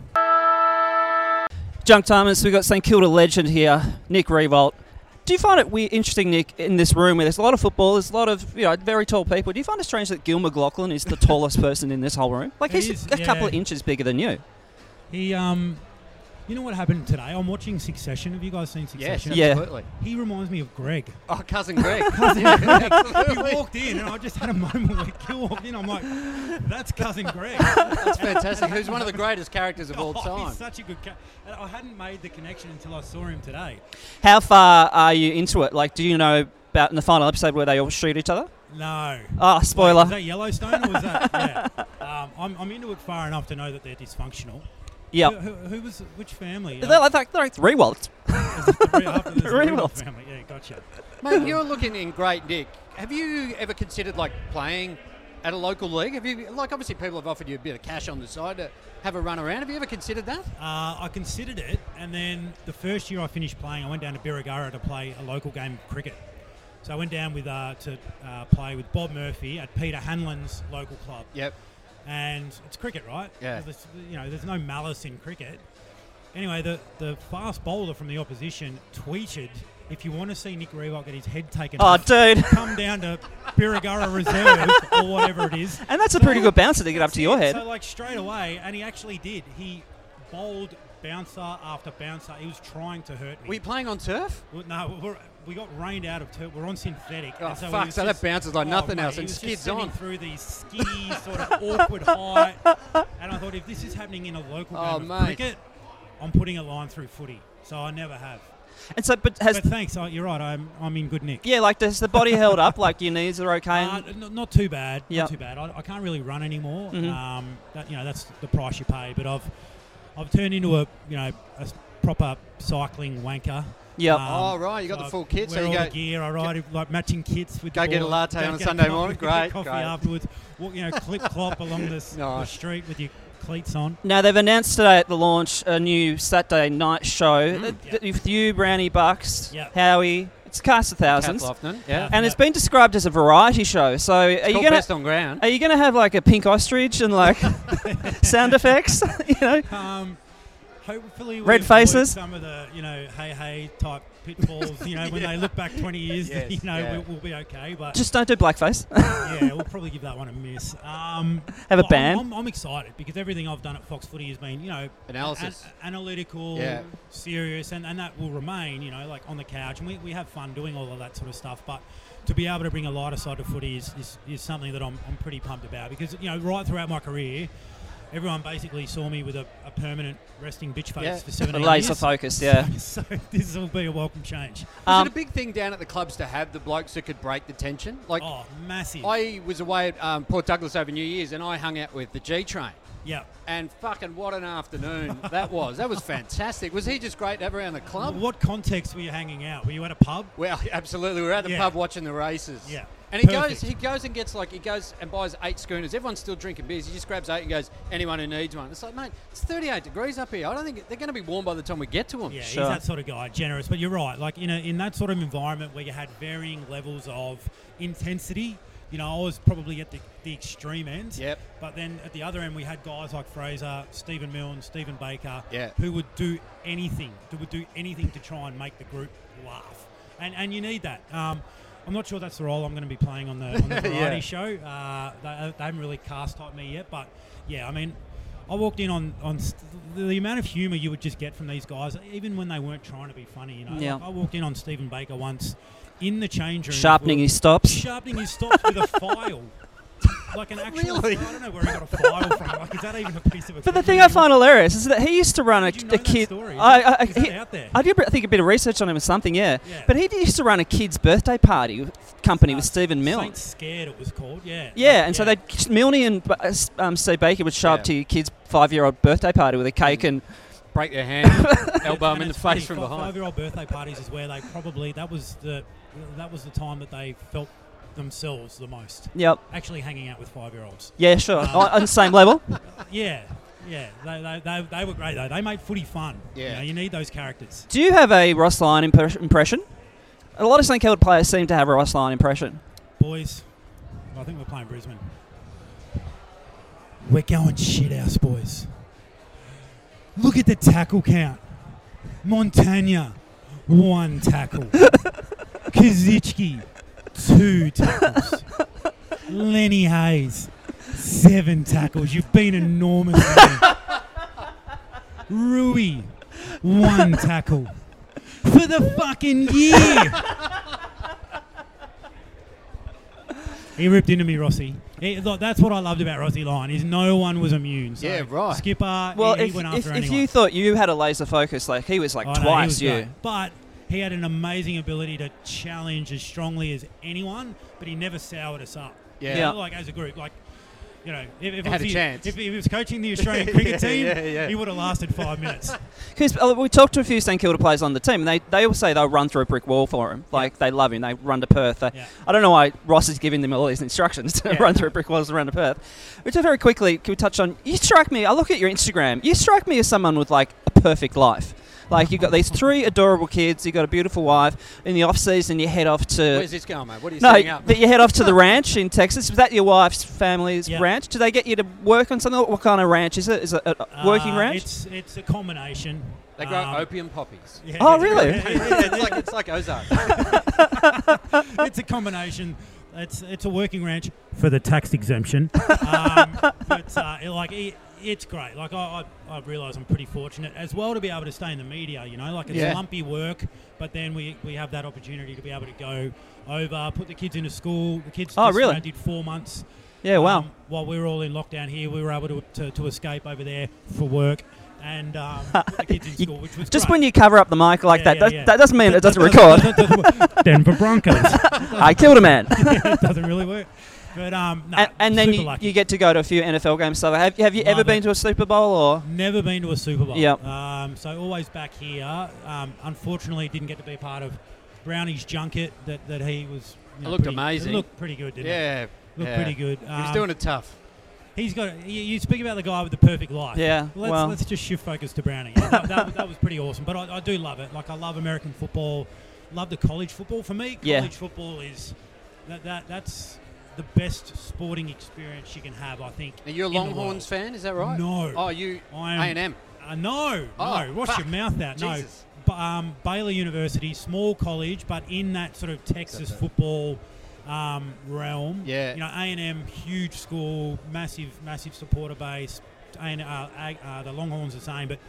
Speaker 1: Junk Thomas, we've got St Kilda legend here, Nick Revolt. Do you find it weird, interesting, Nick, in this room where there's a lot of footballers, a lot of you know very tall people? Do you find it strange that Gil McLaughlin is the tallest person in this whole room? Like
Speaker 6: He
Speaker 1: he's
Speaker 6: is,
Speaker 1: a couple
Speaker 6: yeah.
Speaker 1: of inches bigger than you.
Speaker 6: He, um, you know what happened today? I'm watching Succession. Have you guys seen
Speaker 2: Yes,
Speaker 6: Succession?
Speaker 1: Yeah.
Speaker 2: absolutely.
Speaker 6: He reminds me of Greg.
Speaker 2: Oh, Cousin Greg. Absolutely.
Speaker 6: He walked in, and I just had a moment where Gil walked in. I'm like, that's Cousin Greg. That's
Speaker 2: Fantastic. Who's one of the greatest characters of all time.
Speaker 6: He's such a good cat. I hadn't made the connection until I saw him today.
Speaker 1: How far are you into it? Like, do you know about in the final episode where they all shoot each other?
Speaker 6: No.
Speaker 1: Ah, spoiler.
Speaker 6: Wait, is that Yellowstone or is that? yeah. Um, I'm, I'm into it far enough to know that they're dysfunctional.
Speaker 1: yep.
Speaker 6: Who, who, who was which family?
Speaker 1: They're like, they're like three Waltz.
Speaker 6: after this
Speaker 1: Reynolds.
Speaker 6: Reynolds family. Yeah, gotcha.
Speaker 2: Mate, you're looking in great nick. Have you ever considered like playing at a local league? Have you like obviously people have offered you a bit of cash on the side to have a run around? Have you ever considered that?
Speaker 6: Uh, I considered it, and then the first year I finished playing, I went down to Birregurra to play a local game of cricket. So I went down with uh, to uh, play with Bob Murphy at Peter Hanlon's local club.
Speaker 2: Yep.
Speaker 6: And it's cricket, right?
Speaker 2: Yeah.
Speaker 6: There's- you know, there's no malice in cricket. Anyway, the, the fast bowler from the opposition tweeted, "If you want to see Nick Reebok get his head taken
Speaker 1: Oh,
Speaker 6: off,
Speaker 1: dude.
Speaker 6: come down to Birregurra Reserve or whatever it is."
Speaker 1: And that's a pretty good bouncer to get up
Speaker 6: That's
Speaker 1: to your
Speaker 6: it.
Speaker 1: head.
Speaker 6: So like straight away, and he actually did. He bowled bouncer after bouncer. He was trying to hurt me.
Speaker 2: Were you playing on turf?
Speaker 6: Well, no, we're, we got rained out of turf. We're on synthetic.
Speaker 2: Oh,
Speaker 6: and so we
Speaker 2: fuck,
Speaker 6: was
Speaker 2: so that
Speaker 6: just-
Speaker 2: bounces like
Speaker 6: oh,
Speaker 2: nothing
Speaker 6: mate,
Speaker 2: else
Speaker 6: he
Speaker 2: and
Speaker 6: was just
Speaker 2: skids
Speaker 6: sending
Speaker 2: on.
Speaker 6: through these skinny, sort of awkward height. And I thought, if this is happening in a local game
Speaker 2: Oh,
Speaker 6: of
Speaker 2: mate.
Speaker 6: cricket, I'm putting a line through footy. So I never have.
Speaker 1: And so, but has
Speaker 6: But thanks, I, you're right. I'm, I'm in good nick.
Speaker 1: yeah, like does the body held up? Like your knees are okay?
Speaker 6: Uh,
Speaker 1: and-
Speaker 6: n- not too bad.
Speaker 1: Yeah.
Speaker 6: Not too bad. I, I can't really run anymore.
Speaker 1: Mhm.
Speaker 6: Um, that, you know, that's the price you pay. But I've I've turned into a you know a s- proper cycling wanker. Um,
Speaker 1: Yep.
Speaker 2: Oh, right, you got the
Speaker 6: I
Speaker 2: full kit, so
Speaker 6: wear
Speaker 2: you
Speaker 6: all
Speaker 2: go-
Speaker 6: the gear. I ride it, like matching kits with.
Speaker 2: Go
Speaker 6: the
Speaker 2: get a
Speaker 6: ball,
Speaker 2: latte
Speaker 6: go
Speaker 2: on a
Speaker 6: get
Speaker 2: Sunday
Speaker 6: coffee,
Speaker 2: morning,
Speaker 6: get
Speaker 2: great,
Speaker 6: Coffee
Speaker 2: great.
Speaker 6: afterwards. Walk, you know, clip clop along the, s- the
Speaker 2: Nice.
Speaker 6: street with your cleats on.
Speaker 1: Now they've announced today at the launch a new Saturday night show th- th- with you, Brownie Bucks,
Speaker 6: Mm. Yeah.
Speaker 1: Howie. It's a cast of thousands,
Speaker 2: Cat Lofton, yeah.
Speaker 1: and it's
Speaker 6: Yeah.
Speaker 1: been described as a variety show. So are you
Speaker 2: Called
Speaker 1: gonna
Speaker 2: best on ground.
Speaker 1: are you gonna have like a pink ostrich and like sound effects? you know,
Speaker 6: Um, hopefully, we
Speaker 1: Red
Speaker 6: avoid
Speaker 1: faces?
Speaker 6: Some of the you know hey hey type pitfalls. You know, when they look back 20 years,
Speaker 2: Yes,
Speaker 6: you know,
Speaker 2: yeah.
Speaker 6: we, we'll be okay. But
Speaker 1: just don't do blackface.
Speaker 6: yeah, we'll probably give that one a miss. Um,
Speaker 1: Have a
Speaker 6: but I'm-
Speaker 1: ban?
Speaker 6: I'm, I'm, excited because everything I've done at Fox Footy has been, you know,
Speaker 2: Analysis.
Speaker 6: an- analytical,
Speaker 2: Yeah.
Speaker 6: serious, and, and that will remain, you know, like on the couch. And we, we have fun doing all of that sort of stuff. But to be able to bring a lighter side to footy is, is, is something that I'm, I'm pretty pumped about because, you know, right throughout my career, everyone basically saw me with a, a permanent resting bitch face
Speaker 2: Yeah.
Speaker 6: for 17
Speaker 1: Laser
Speaker 6: years.
Speaker 1: focus, yeah.
Speaker 6: So, so this will be a welcome change.
Speaker 2: Was
Speaker 1: Um,
Speaker 2: it a big thing down at the clubs to have the blokes that could break the tension? Like,
Speaker 6: oh, massive.
Speaker 2: I was away at um, Port Douglas over New Year's and I hung out with the G Train.
Speaker 6: yeah.
Speaker 2: And fucking what an afternoon that was. That was fantastic. Was he just great to have around the club?
Speaker 6: What context were you hanging out? Were you at a pub?
Speaker 2: Well, absolutely. We were at the
Speaker 6: Yeah.
Speaker 2: pub watching the races.
Speaker 6: Yeah.
Speaker 2: And he goes,
Speaker 6: Perfect.
Speaker 2: he goes and gets like he goes and buys eight schooners. Everyone's still drinking beers. He just grabs eight and goes, anyone who needs one. It's like, mate, it's 38 degrees up here. I don't think they're going to be warm by the time we get to them.
Speaker 6: Yeah,
Speaker 1: Sure.
Speaker 6: he's that sort of guy, generous. But you're right, like in a, in that sort of environment where you had varying levels of intensity. You know, I was probably at the, the extreme end.
Speaker 2: Yep.
Speaker 6: But then at the other end, we had guys like Fraser, Stephen Milne, Stephen Baker,
Speaker 2: Yeah.
Speaker 6: who would do anything, who would do anything to try and make the group laugh, and and you need that. Um, I'm not sure that's the role I'm going to be playing on the, on the variety
Speaker 2: Yeah.
Speaker 6: show. Uh, they, they haven't really cast typed me yet, but yeah, I mean, I walked in on on st- the amount of humour you would just get from these guys, even when they weren't trying to be funny. You know,
Speaker 1: Yeah.
Speaker 6: Like, I walked in on Stephen Baker once in the change room,
Speaker 1: Sharpening his stops.
Speaker 6: sharpening his stops with a file. Like an actual,
Speaker 2: Really?
Speaker 6: I don't know where he got a file from. Like, is that even a piece of?
Speaker 1: But the thing I find hilarious is that he used to run a,
Speaker 6: Did you know
Speaker 1: a
Speaker 6: that
Speaker 1: kid.
Speaker 6: story?
Speaker 1: I, I, I,
Speaker 6: Is that
Speaker 1: he-
Speaker 6: out there?
Speaker 1: I did, I think, a bit of research on him or something. Yeah.
Speaker 6: Yeah. Ah,
Speaker 1: But he used to run a kid's birthday party with- company with Stephen Milne.
Speaker 6: Saint Scared, it was called. Yeah.
Speaker 1: Yeah,
Speaker 6: Like,
Speaker 1: and so they Milne and uh, S- um, Steve Baker would show up
Speaker 2: Yeah.
Speaker 1: to your kid's five-year-old birthday party with a cake and
Speaker 2: Break their hand, elbow them
Speaker 6: And
Speaker 2: in the
Speaker 6: it's
Speaker 2: face
Speaker 6: funny,
Speaker 2: from
Speaker 6: fi-
Speaker 2: behind.
Speaker 6: Five-year-old birthday parties is where they probably that was the that was the time that they felt themselves the most.
Speaker 1: yep,
Speaker 6: Actually, hanging out with five-year-olds. Um,
Speaker 1: yeah, sure,
Speaker 6: Ah.
Speaker 1: on, on the same level.
Speaker 6: Yeah, yeah, they, they, they, they were great though. They made footy fun.
Speaker 2: Yeah.
Speaker 6: you, know, you need those characters.
Speaker 1: Do you have a Ross Lyon impre- impression? A lot of St Kilda players seem to have a Ross Lyon impression.
Speaker 6: Boys, I think we're playing Brisbane. We're going shit house, boys. Look at the tackle count. Montagna, one tackle. Kazichki, two tackles. Lenny Hayes, seven tackles. You've been enormous. man. Rui, one tackle. For the fucking year. He ripped into me, Rossi. He- look, that's what I loved about Rossi Lyon is no one was immune. So
Speaker 2: Yeah, right.
Speaker 6: Skipper,
Speaker 1: Well,
Speaker 6: he, he
Speaker 1: if,
Speaker 6: went
Speaker 1: if,
Speaker 6: after
Speaker 1: if
Speaker 6: anyone.
Speaker 1: you thought you had a laser focus, like he was like
Speaker 6: Oh, no, he
Speaker 1: twice
Speaker 6: was
Speaker 1: you.
Speaker 6: great. But he had an amazing ability to challenge as strongly as anyone, but he never soured us up.
Speaker 2: Yeah.
Speaker 6: You know,
Speaker 1: Yeah.
Speaker 6: like as a group, like you know, if, if,
Speaker 2: Had
Speaker 6: if
Speaker 2: a
Speaker 6: he,
Speaker 2: chance.
Speaker 6: if he was coaching the Australian cricket
Speaker 2: Yeah,
Speaker 6: team,
Speaker 2: yeah, yeah.
Speaker 6: he would have lasted five minutes.
Speaker 1: Because uh, we talked to a few St Kilda players on the team, and they, they all say they'll run through a brick wall for him. Like they love him. They run to Perth. They-
Speaker 6: Yeah.
Speaker 1: I don't know why Ross is giving them all these instructions to
Speaker 6: Yeah.
Speaker 1: run through brick walls around to Perth. Which I very quickly can we touch on? You strike me. I look at your Instagram. You strike me as someone with like a perfect life. Like you've got these three adorable kids. You've got a beautiful wife. In the off season, you head off to.
Speaker 2: Where's this going, mate? What are you
Speaker 1: no,
Speaker 2: setting up?
Speaker 1: but you head off to the ranch in Texas. Is that your wife's family's
Speaker 6: Yeah.
Speaker 1: ranch? Do they get you to work on something? What kind of ranch is it? Is it a a working
Speaker 6: Uh,
Speaker 1: ranch?
Speaker 6: It's it's a combination.
Speaker 2: They grow
Speaker 6: Um,
Speaker 2: opium poppies.
Speaker 6: yeah,
Speaker 1: Oh,
Speaker 6: it's a-
Speaker 1: really?
Speaker 6: yeah, yeah,
Speaker 2: it's like it's like Ozark.
Speaker 6: it's a combination. It's it's a working ranch for the tax exemption. um, but uh, it- like it, it's great. Like I, I, I realise I'm pretty fortunate as well to be able to stay in the media. You know, like it's
Speaker 2: Yeah.
Speaker 6: lumpy work, but then we, we have that opportunity to be able to go over, put the kids into school. The kids
Speaker 1: Oh,
Speaker 6: just, you
Speaker 1: really?
Speaker 6: know, did four months.
Speaker 1: yeah, wow.
Speaker 6: Um, while we were all in lockdown here, we were able to to, to escape over there for work and um, put the kids in
Speaker 1: You-
Speaker 6: school, which was
Speaker 1: Just
Speaker 6: great.
Speaker 1: when you cover up the mic like
Speaker 6: Yeah,
Speaker 1: that,
Speaker 6: yeah,
Speaker 1: that,
Speaker 6: yeah.
Speaker 1: that doesn't mean it doesn't record.
Speaker 6: Denver Broncos.
Speaker 1: I killed a man.
Speaker 6: it doesn't really work. But um, no,
Speaker 1: and, and then
Speaker 6: super
Speaker 1: you,
Speaker 6: lucky.
Speaker 1: you get to go to a few NFL games. So have, have you ever
Speaker 6: Love
Speaker 1: been
Speaker 6: it.
Speaker 1: to a Super Bowl or?
Speaker 6: never been to a Super Bowl.
Speaker 1: Yep.
Speaker 6: Um, so always back here. Um, unfortunately, didn't get to be part of Brownie's junket that, that he was. You know,
Speaker 2: looked
Speaker 6: pretty-
Speaker 2: amazing.
Speaker 6: It looked pretty good, didn't it?
Speaker 2: yeah,
Speaker 6: Looked
Speaker 2: yeah.
Speaker 6: pretty good. Um,
Speaker 2: He's doing it tough.
Speaker 6: He's got. You, you speak about the guy with the perfect life.
Speaker 1: Yeah,
Speaker 6: Let's,
Speaker 1: well.
Speaker 6: let's just shift focus to Browning. Yeah, that, that, was- that was pretty awesome. But I, I do love it. Like I love American football. Love the college football. For me, college
Speaker 1: Yeah.
Speaker 6: football is that, that that's the best sporting experience you can have. I think.
Speaker 2: Are you a
Speaker 6: in the
Speaker 2: Longhorns
Speaker 6: world.
Speaker 2: fan? Is that right?
Speaker 6: No.
Speaker 2: Oh, you
Speaker 6: I
Speaker 2: A
Speaker 6: am-
Speaker 2: and M.
Speaker 6: Uh, no,
Speaker 2: Oh,
Speaker 6: no. Wash
Speaker 2: fuck.
Speaker 6: your mouth out. No.
Speaker 2: Jesus.
Speaker 6: B- um, Baylor University, small college, but in that sort of Texas football um, realm.
Speaker 2: Yeah.
Speaker 6: You know, A and M, huge school, massive, massive supporter base. And uh, Ag- uh, the Longhorns the same, but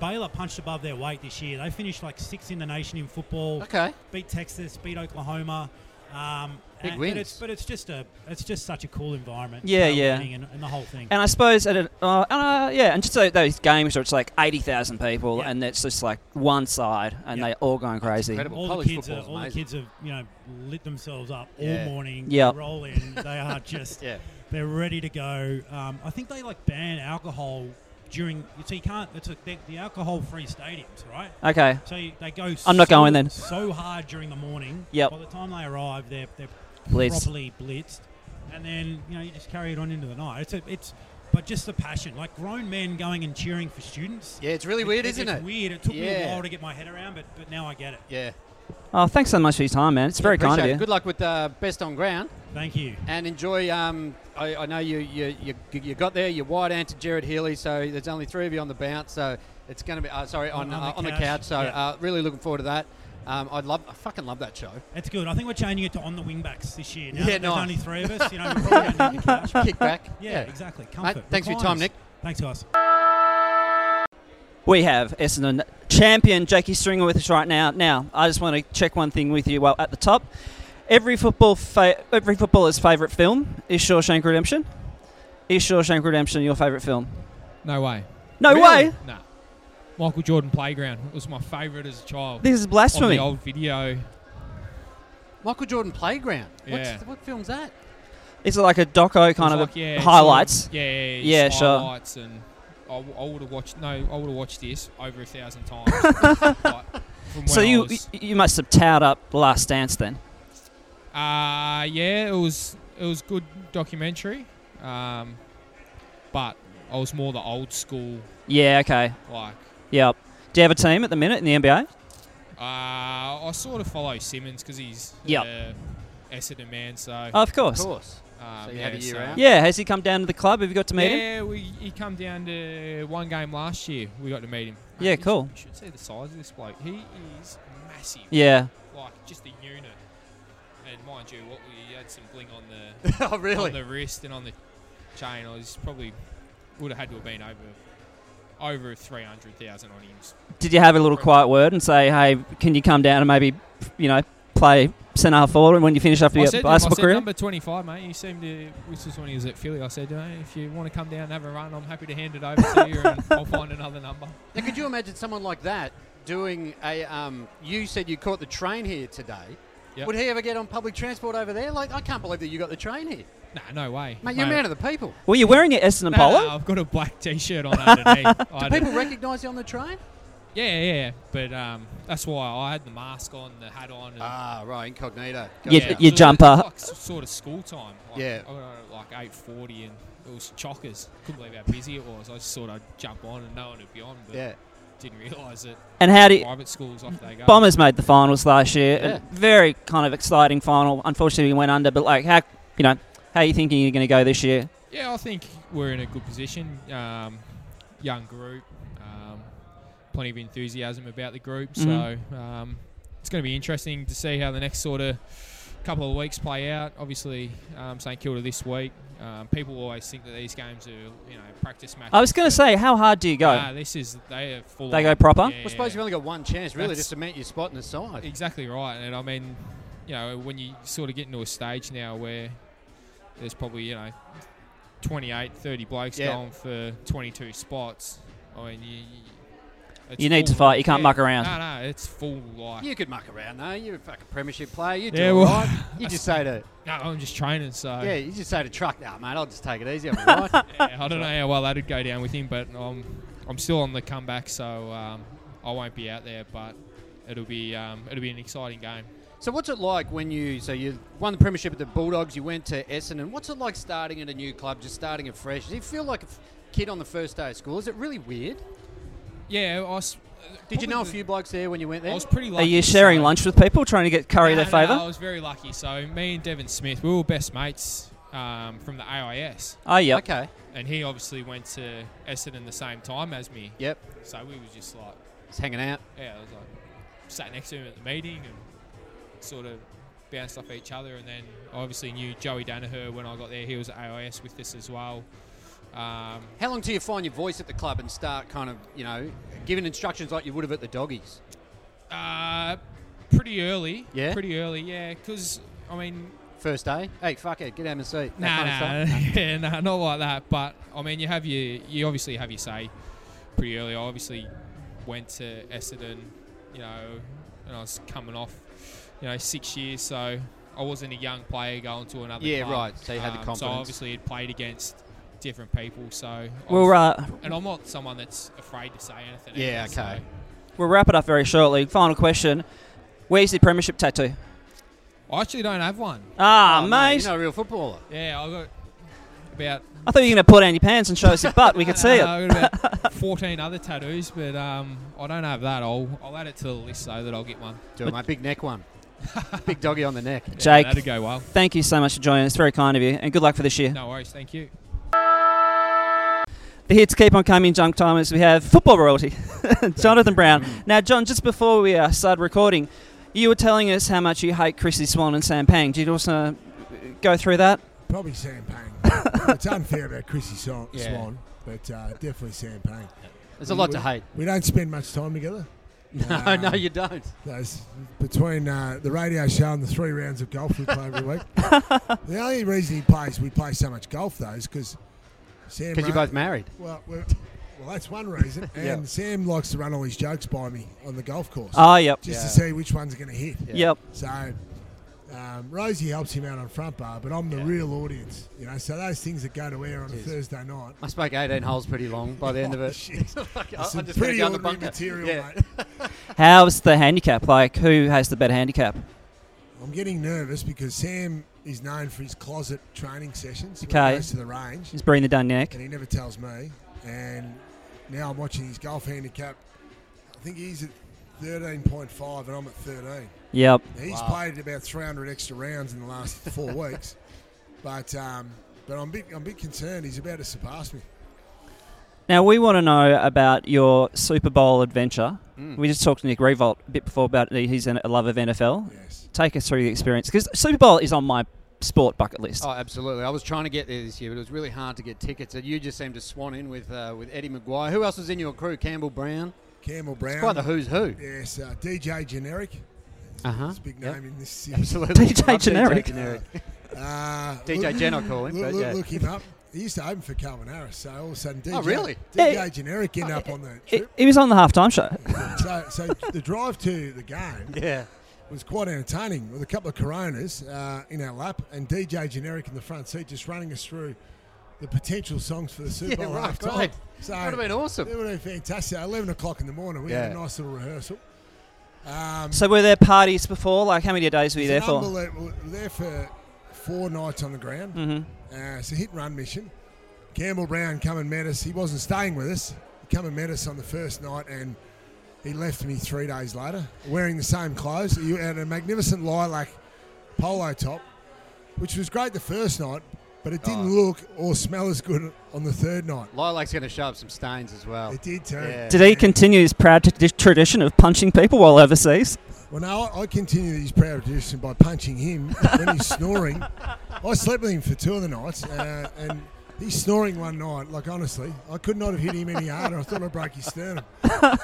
Speaker 6: Baylor punched above their weight this year. They finished like sixth in the nation in football.
Speaker 2: Okay.
Speaker 6: Beat Texas, beat Oklahoma. Um,
Speaker 2: Big
Speaker 6: and-
Speaker 2: wins.
Speaker 6: But it's, but it's just a, it's just such a cool environment.
Speaker 1: Yeah,
Speaker 6: uh,
Speaker 1: yeah.
Speaker 6: winning And, and the whole thing.
Speaker 1: And I suppose at a, uh, uh, yeah, and just tho- those games where it's like eighty thousand people,
Speaker 6: Yeah.
Speaker 1: and it's just like one side, and
Speaker 6: Yeah.
Speaker 1: they all going crazy.
Speaker 2: incredible.
Speaker 6: all the
Speaker 2: College
Speaker 6: kids, are,
Speaker 2: football's
Speaker 6: all the
Speaker 2: amazing.
Speaker 6: kids have you know lit themselves up
Speaker 2: Yeah.
Speaker 6: all morning.
Speaker 1: Yep.
Speaker 6: roll in. They are just
Speaker 2: Yeah.
Speaker 6: they're ready to go. Um, I think they like ban alcohol during so you can't. It's a, they're the alcohol free stadiums, right?
Speaker 1: Okay,
Speaker 6: So you, they go.
Speaker 1: I'm not
Speaker 6: so-
Speaker 1: going then.
Speaker 6: So hard during the morning.
Speaker 1: Yep.
Speaker 6: By the time they arrive, they're they're
Speaker 1: Blitzed.
Speaker 6: properly blitzed, and then you know you just carry it on into the night. It's a, it's but just the passion, like grown men going and cheering for students.
Speaker 2: Yeah, it's really weird,
Speaker 6: It-
Speaker 2: isn't
Speaker 6: it's
Speaker 2: it?
Speaker 6: Weird. It took me
Speaker 2: Yeah.
Speaker 6: a while to get my head around, but but now I get it.
Speaker 2: Yeah.
Speaker 1: oh, thanks so much for your time, man. It's very kind of
Speaker 2: Appreciate it.
Speaker 1: you.
Speaker 2: Good luck with uh, best on ground
Speaker 6: Thank you.
Speaker 2: and enjoy. Um, I, I know you you, you you got there. You wide ant to Jared Healy, so there's only three of you on the bounce. So it's going to be uh, sorry on on, uh, on the couch. So
Speaker 6: yeah.
Speaker 2: uh, really looking forward to that. Um, I'd love I fucking love that show.
Speaker 6: That's good. I think we're changing it to on the wingbacks this year. Now
Speaker 2: Yeah,
Speaker 6: that there's
Speaker 2: nice.
Speaker 6: only three of us. You know, we probably don't need a couch. Yeah,
Speaker 2: Kick back.
Speaker 6: exactly. Comfort.
Speaker 2: thanks for your
Speaker 6: recliners.
Speaker 2: time, Nick.
Speaker 6: Thanks, guys.
Speaker 1: We have Essendon champion Jakey Stringer with us right now. Now, I just want to check one thing with you. Well, at the top, every football fa- every footballer's favourite film is Shawshank Redemption. Is Shawshank Redemption your favourite film?
Speaker 7: No way.
Speaker 1: No way.
Speaker 7: Nah. Michael Jordan Playground was my favourite as a child.
Speaker 1: This is
Speaker 7: on
Speaker 1: blasphemy.
Speaker 7: the old video.
Speaker 2: Michael Jordan Playground.
Speaker 7: Yeah.
Speaker 2: What's, what film's that?
Speaker 1: Is it like a doco kind
Speaker 7: It was
Speaker 1: of a
Speaker 7: like, yeah, it's
Speaker 1: highlights?
Speaker 7: all- yeah, yeah, yeah,
Speaker 1: Yeah,
Speaker 7: it's
Speaker 1: sure.
Speaker 7: Highlights and I, would have watched. No, I would have watched this over a thousand times. Like, from
Speaker 1: So
Speaker 7: when I
Speaker 1: you
Speaker 7: was-
Speaker 1: you must have towed up The Last Dance then.
Speaker 7: uh, yeah, it was it was good documentary, um, but I was more the old school
Speaker 1: Yeah. Okay.
Speaker 7: like.
Speaker 1: Yep. Do you have a team at the minute in the NBA?
Speaker 7: Uh, I sort of follow Simmons because he's
Speaker 1: Yep.
Speaker 7: the Essendon man. So
Speaker 1: of
Speaker 2: Of
Speaker 1: course.
Speaker 2: course.
Speaker 7: um,
Speaker 2: so you had a year out?
Speaker 1: Yeah. Has he come down to the club? Have you got to meet him?
Speaker 7: Yeah, we he come down to one game last year. We got to meet him.
Speaker 1: Yeah,
Speaker 7: You should-
Speaker 1: cool.
Speaker 7: You should see the size of this bloke. He is massive.
Speaker 1: Yeah.
Speaker 7: Like just a unit. And mind you, what we he had some bling on the
Speaker 2: oh
Speaker 7: on
Speaker 2: really?
Speaker 7: the wrist and on the chain. I was probably would have had to have been over over three hundred thousand on him.
Speaker 1: Did you have a little quiet word and say, "Hey, can you come down and maybe, you know, play centre half forward when you finish after
Speaker 7: I
Speaker 1: your
Speaker 7: said, to him, I
Speaker 1: basketball
Speaker 7: said
Speaker 1: career?"
Speaker 7: number twenty five, mate. You seemed to. This was when he was at Philly. I said, hey, if you want to come down and have a run, I'm happy to hand it over to you, and I'll find another number.
Speaker 2: Now, could you imagine someone like that doing a? Um, you said you caught the train here today.
Speaker 7: Yep.
Speaker 2: Would he ever get on public transport over there? Like, I can't believe that you got the train here.
Speaker 7: Nah, no way.
Speaker 2: Mate, you're a man of the people.
Speaker 1: Were you wearing your Essendon
Speaker 7: Nah,
Speaker 1: polo?
Speaker 7: nah, I've got a black t-shirt on underneath. I
Speaker 2: People
Speaker 7: don't-
Speaker 2: recognise you on the train?
Speaker 7: yeah, yeah, but um, that's why I had the mask on, the hat on. And,
Speaker 2: Ah, right, incognito.
Speaker 1: You-
Speaker 7: yeah,
Speaker 2: Gotcha.
Speaker 1: you- your
Speaker 7: so
Speaker 1: jumper.
Speaker 7: It's like s- sort of school time. Like,
Speaker 2: Yeah.
Speaker 7: I got up at like 8.40 and it was chockers. Couldn't believe how busy it was. I just thought I'd jump on and no one would be on, but
Speaker 2: yeah.
Speaker 7: didn't realise it.
Speaker 1: And how do you,
Speaker 7: Private schools, off they go.
Speaker 1: Bombers made the finals last year.
Speaker 2: Yeah.
Speaker 1: A very kind of exciting final. Unfortunately, we went under. But like, how you know, how are you thinking you're going to go this year?
Speaker 7: Yeah, I think we're in a good position. Um, young group, um, plenty of enthusiasm about the group.
Speaker 1: Mm-hmm.
Speaker 7: So um, it's going to be interesting to see how the next sort of couple of weeks play out. Obviously, um, St Kilda this week. Um, people always think that these games are you know practice matches.
Speaker 1: I was going to say, how hard do you go?
Speaker 7: Nah, this is they are full.
Speaker 1: They
Speaker 7: on.
Speaker 1: go proper?
Speaker 7: Yeah,
Speaker 2: Well, suppose
Speaker 7: yeah.
Speaker 2: you've only got one chance, really,
Speaker 7: That's-
Speaker 2: just to cement your spot in the side.
Speaker 7: Exactly right, and I mean, you know, when you sort of get into a stage now where there's probably you know 28, 30 blokes
Speaker 2: Yeah.
Speaker 7: going for 22 spots. I mean, you you- it's
Speaker 1: You need to
Speaker 7: full-
Speaker 1: fight. You can't muck around.
Speaker 7: No, no, it's full like.
Speaker 2: You could muck around though. You're a fucking premiership player. You do
Speaker 7: Yeah,
Speaker 2: all
Speaker 7: well,
Speaker 2: right. You just say to
Speaker 7: No, I'm just training, so
Speaker 2: yeah, you just say to truck. Nah, mate, I'll just take it easy. I'm all right.
Speaker 7: yeah, I don't know how well that'd go down with him, but I'm I'm still on the comeback, so um, I won't be out there, but it'll be um, it'll be an exciting game.
Speaker 2: so what's it like when you so you won the premiership at the Bulldogs? You went to Essendon. What's it like starting at a new club, just starting afresh? Does it feel like a f- kid on the first day of school? Is it really weird?
Speaker 7: Yeah, I was,
Speaker 2: Did you know a
Speaker 7: probably-
Speaker 2: few blokes there when you went there?
Speaker 7: I was pretty
Speaker 1: Are
Speaker 7: lucky.
Speaker 1: you sharing
Speaker 7: so-
Speaker 1: lunch with people, trying to get curry
Speaker 7: No,
Speaker 1: their
Speaker 7: no,
Speaker 1: favour?
Speaker 7: I was very lucky. So me and Devin Smith, we were best mates um, from the AIS,
Speaker 1: oh yeah.
Speaker 2: Okay.
Speaker 7: and he obviously went to Essendon the same time as me.
Speaker 2: Yep.
Speaker 7: So we was just like,
Speaker 2: Just hanging out.
Speaker 7: yeah, I was like sat next to him at the meeting and sort of bounced off each other. And then I obviously knew Joey Danaher when I got there. He was at AIS with us as well. Um,
Speaker 2: How long till you find your voice at the club and start kind of you know giving instructions like you would have at the doggies?
Speaker 7: uh, pretty early.
Speaker 2: Yeah?
Speaker 7: Pretty early. Yeah, because I mean,
Speaker 2: First day. Hey, fuck it. Get out of my seat.
Speaker 7: No,
Speaker 2: That kind
Speaker 7: no,
Speaker 2: of stuff.
Speaker 7: yeah, no, not like that. But I mean, you have your, you obviously have your say pretty early. I obviously went to Essendon, you know, and I was coming off, you know, six years, so I wasn't a young player going to another.
Speaker 2: Yeah,
Speaker 7: club. Um,
Speaker 2: right, so you had the
Speaker 7: So
Speaker 2: confidence.
Speaker 7: obviously, it played against different people. So I
Speaker 1: We'll
Speaker 7: was-
Speaker 1: uh,
Speaker 7: and I'm not someone that's afraid to say anything.
Speaker 2: Yeah,
Speaker 7: either, so-
Speaker 2: okay.
Speaker 1: we'll wrap it up very shortly. Final question: Where's your premiership tattoo?
Speaker 7: I actually don't have one.
Speaker 1: Ah,
Speaker 2: Oh, mate,
Speaker 1: mate.
Speaker 2: You're not a real footballer.
Speaker 7: Yeah, I got about
Speaker 1: I thought you were going to pull down your pants and show us your butt. We could see it.
Speaker 7: I've got about 14 other tattoos, but um, I don't have that. I'll, I'll add it to the list so that I'll get one.
Speaker 2: Do it, mate. Big neck one. Big doggy on the neck.
Speaker 7: Yeah,
Speaker 1: Jake.
Speaker 7: That'd go well.
Speaker 1: Thank you so much for joining us. Very kind of you, and good luck for this year.
Speaker 7: No worries. Thank you.
Speaker 1: The hits keep on coming, junk timers. We have football royalty, Jonathan Brown. Now, John, just before we uh, started recording, you were telling us how much you hate Chrissy Swan and Sam Pang. Did you also uh, go through that?
Speaker 8: Probably Sam Payne. it's unfair about Chrissy Swan,
Speaker 2: Yeah.
Speaker 8: Swan but uh, definitely Sam Payne.
Speaker 2: There's a lot to hate.
Speaker 8: We don't spend much time together.
Speaker 2: No,
Speaker 8: Um,
Speaker 2: no, you don't.
Speaker 8: Those, between uh, the radio show and the three rounds of golf we play every week. the only reason he plays, we play so much golf, though, is because Sam.
Speaker 2: Because you're
Speaker 8: Ra-
Speaker 2: both married.
Speaker 8: Well, we're- well, that's one reason. And
Speaker 2: Yeah.
Speaker 8: Sam likes to run all his jokes by me on the golf course
Speaker 1: Oh, yep.
Speaker 8: just to
Speaker 2: Yeah.
Speaker 8: see which one's going to hit.
Speaker 1: Yep.
Speaker 8: So um, Rosie helps him out on front bar, but I'm the real audience, you know. So those things that go to air on a Thursday night.
Speaker 2: I spoke 18 holes pretty long by the end of
Speaker 8: Oh,
Speaker 2: it.
Speaker 8: shit.
Speaker 2: Like, I-
Speaker 8: It's
Speaker 2: I
Speaker 8: some
Speaker 2: just gotta
Speaker 8: pretty
Speaker 2: go in the
Speaker 8: ordinary
Speaker 2: bunker.
Speaker 8: material,
Speaker 2: Yeah.
Speaker 8: mate.
Speaker 1: How's the handicap? Like, who has the better handicap?
Speaker 8: I'm getting nervous because Sam is known for his closet training sessions. when
Speaker 1: Okay.
Speaker 8: He goes to the range,
Speaker 1: Just breathing down your neck.
Speaker 8: and he never tells me. And now I'm watching his golf handicap. I think he's at 13.5, and I'm at 13.
Speaker 1: Yep.
Speaker 8: Now, He's played about 300 extra rounds in the last four weeks, but um, but I'm a bit I'm a bit concerned. He's about to surpass me.
Speaker 1: Now, we want to know about your Super Bowl adventure.
Speaker 8: Mm.
Speaker 1: We just talked to Nick Revolt a bit before about he's a love of NFL.
Speaker 8: Yes.
Speaker 1: Take us through the experience because Super Bowl is on my sport bucket list.
Speaker 2: Oh, absolutely. I was trying to get there this year, but it was really hard to get tickets. And you just seemed to swan in with uh, with Eddie McGuire. Who else was in your crew? Campbell Brown.
Speaker 8: Campbell Brown.
Speaker 2: It's quite the who's who.
Speaker 8: Yes, uh, DJ Generic.
Speaker 2: Uh huh.
Speaker 8: It's a big name
Speaker 2: Yep.
Speaker 8: in this series.
Speaker 2: Absolutely.
Speaker 1: DJ
Speaker 2: Love
Speaker 1: Generic.
Speaker 2: DJ Generic.
Speaker 8: Uh,
Speaker 2: DJ Gen, I call him,
Speaker 8: Look,
Speaker 2: but
Speaker 8: look-
Speaker 2: yeah.
Speaker 8: look him up. He used to open for Calvin Harris, so all of a sudden DJ,
Speaker 2: Oh, really? Oh,
Speaker 8: DJ
Speaker 1: Yeah.
Speaker 8: Generic ended up on the
Speaker 1: It,
Speaker 8: trip.
Speaker 1: it was on the halftime show.
Speaker 8: so, so the drive to the game
Speaker 2: Yeah.
Speaker 8: was quite entertaining with a couple of Coronas uh, in our lap and DJ Generic in the front seat just running us through the potential songs for the Super
Speaker 2: Yeah,
Speaker 8: Bowl
Speaker 2: right,
Speaker 8: half time.
Speaker 2: right.
Speaker 8: So
Speaker 2: That would've been awesome.
Speaker 8: It would have been fantastic. Eleven o'clock in the morning, we had a
Speaker 2: Yeah.
Speaker 8: nice little rehearsal. Um,
Speaker 9: So were there parties before? Like, how many days were you
Speaker 8: it's
Speaker 9: there
Speaker 8: an
Speaker 9: for?
Speaker 8: unbelievable- we were there for four nights on the ground.
Speaker 9: Mm-hmm.
Speaker 8: Uh, it's a hit and run mission. Campbell Brown come and met us. He wasn't staying with us. He come and met us on the first night, and he left me three days later wearing the same clothes. He had a magnificent lilac polo top, which was great the first night, but it didn't
Speaker 9: Oh.
Speaker 8: look or smell as good on the third night.
Speaker 2: Lilac's going to show up some stains as well.
Speaker 8: It did too.
Speaker 2: Yeah.
Speaker 9: Did he continue his proud t- tradition of punching people while overseas?
Speaker 8: Well, no, I, I continue his proud tradition by punching him when he's snoring. I slept with him for two of the nights, uh, and he's snoring one night. Like honestly, I could not have hit him any harder. I thought I broke his sternum.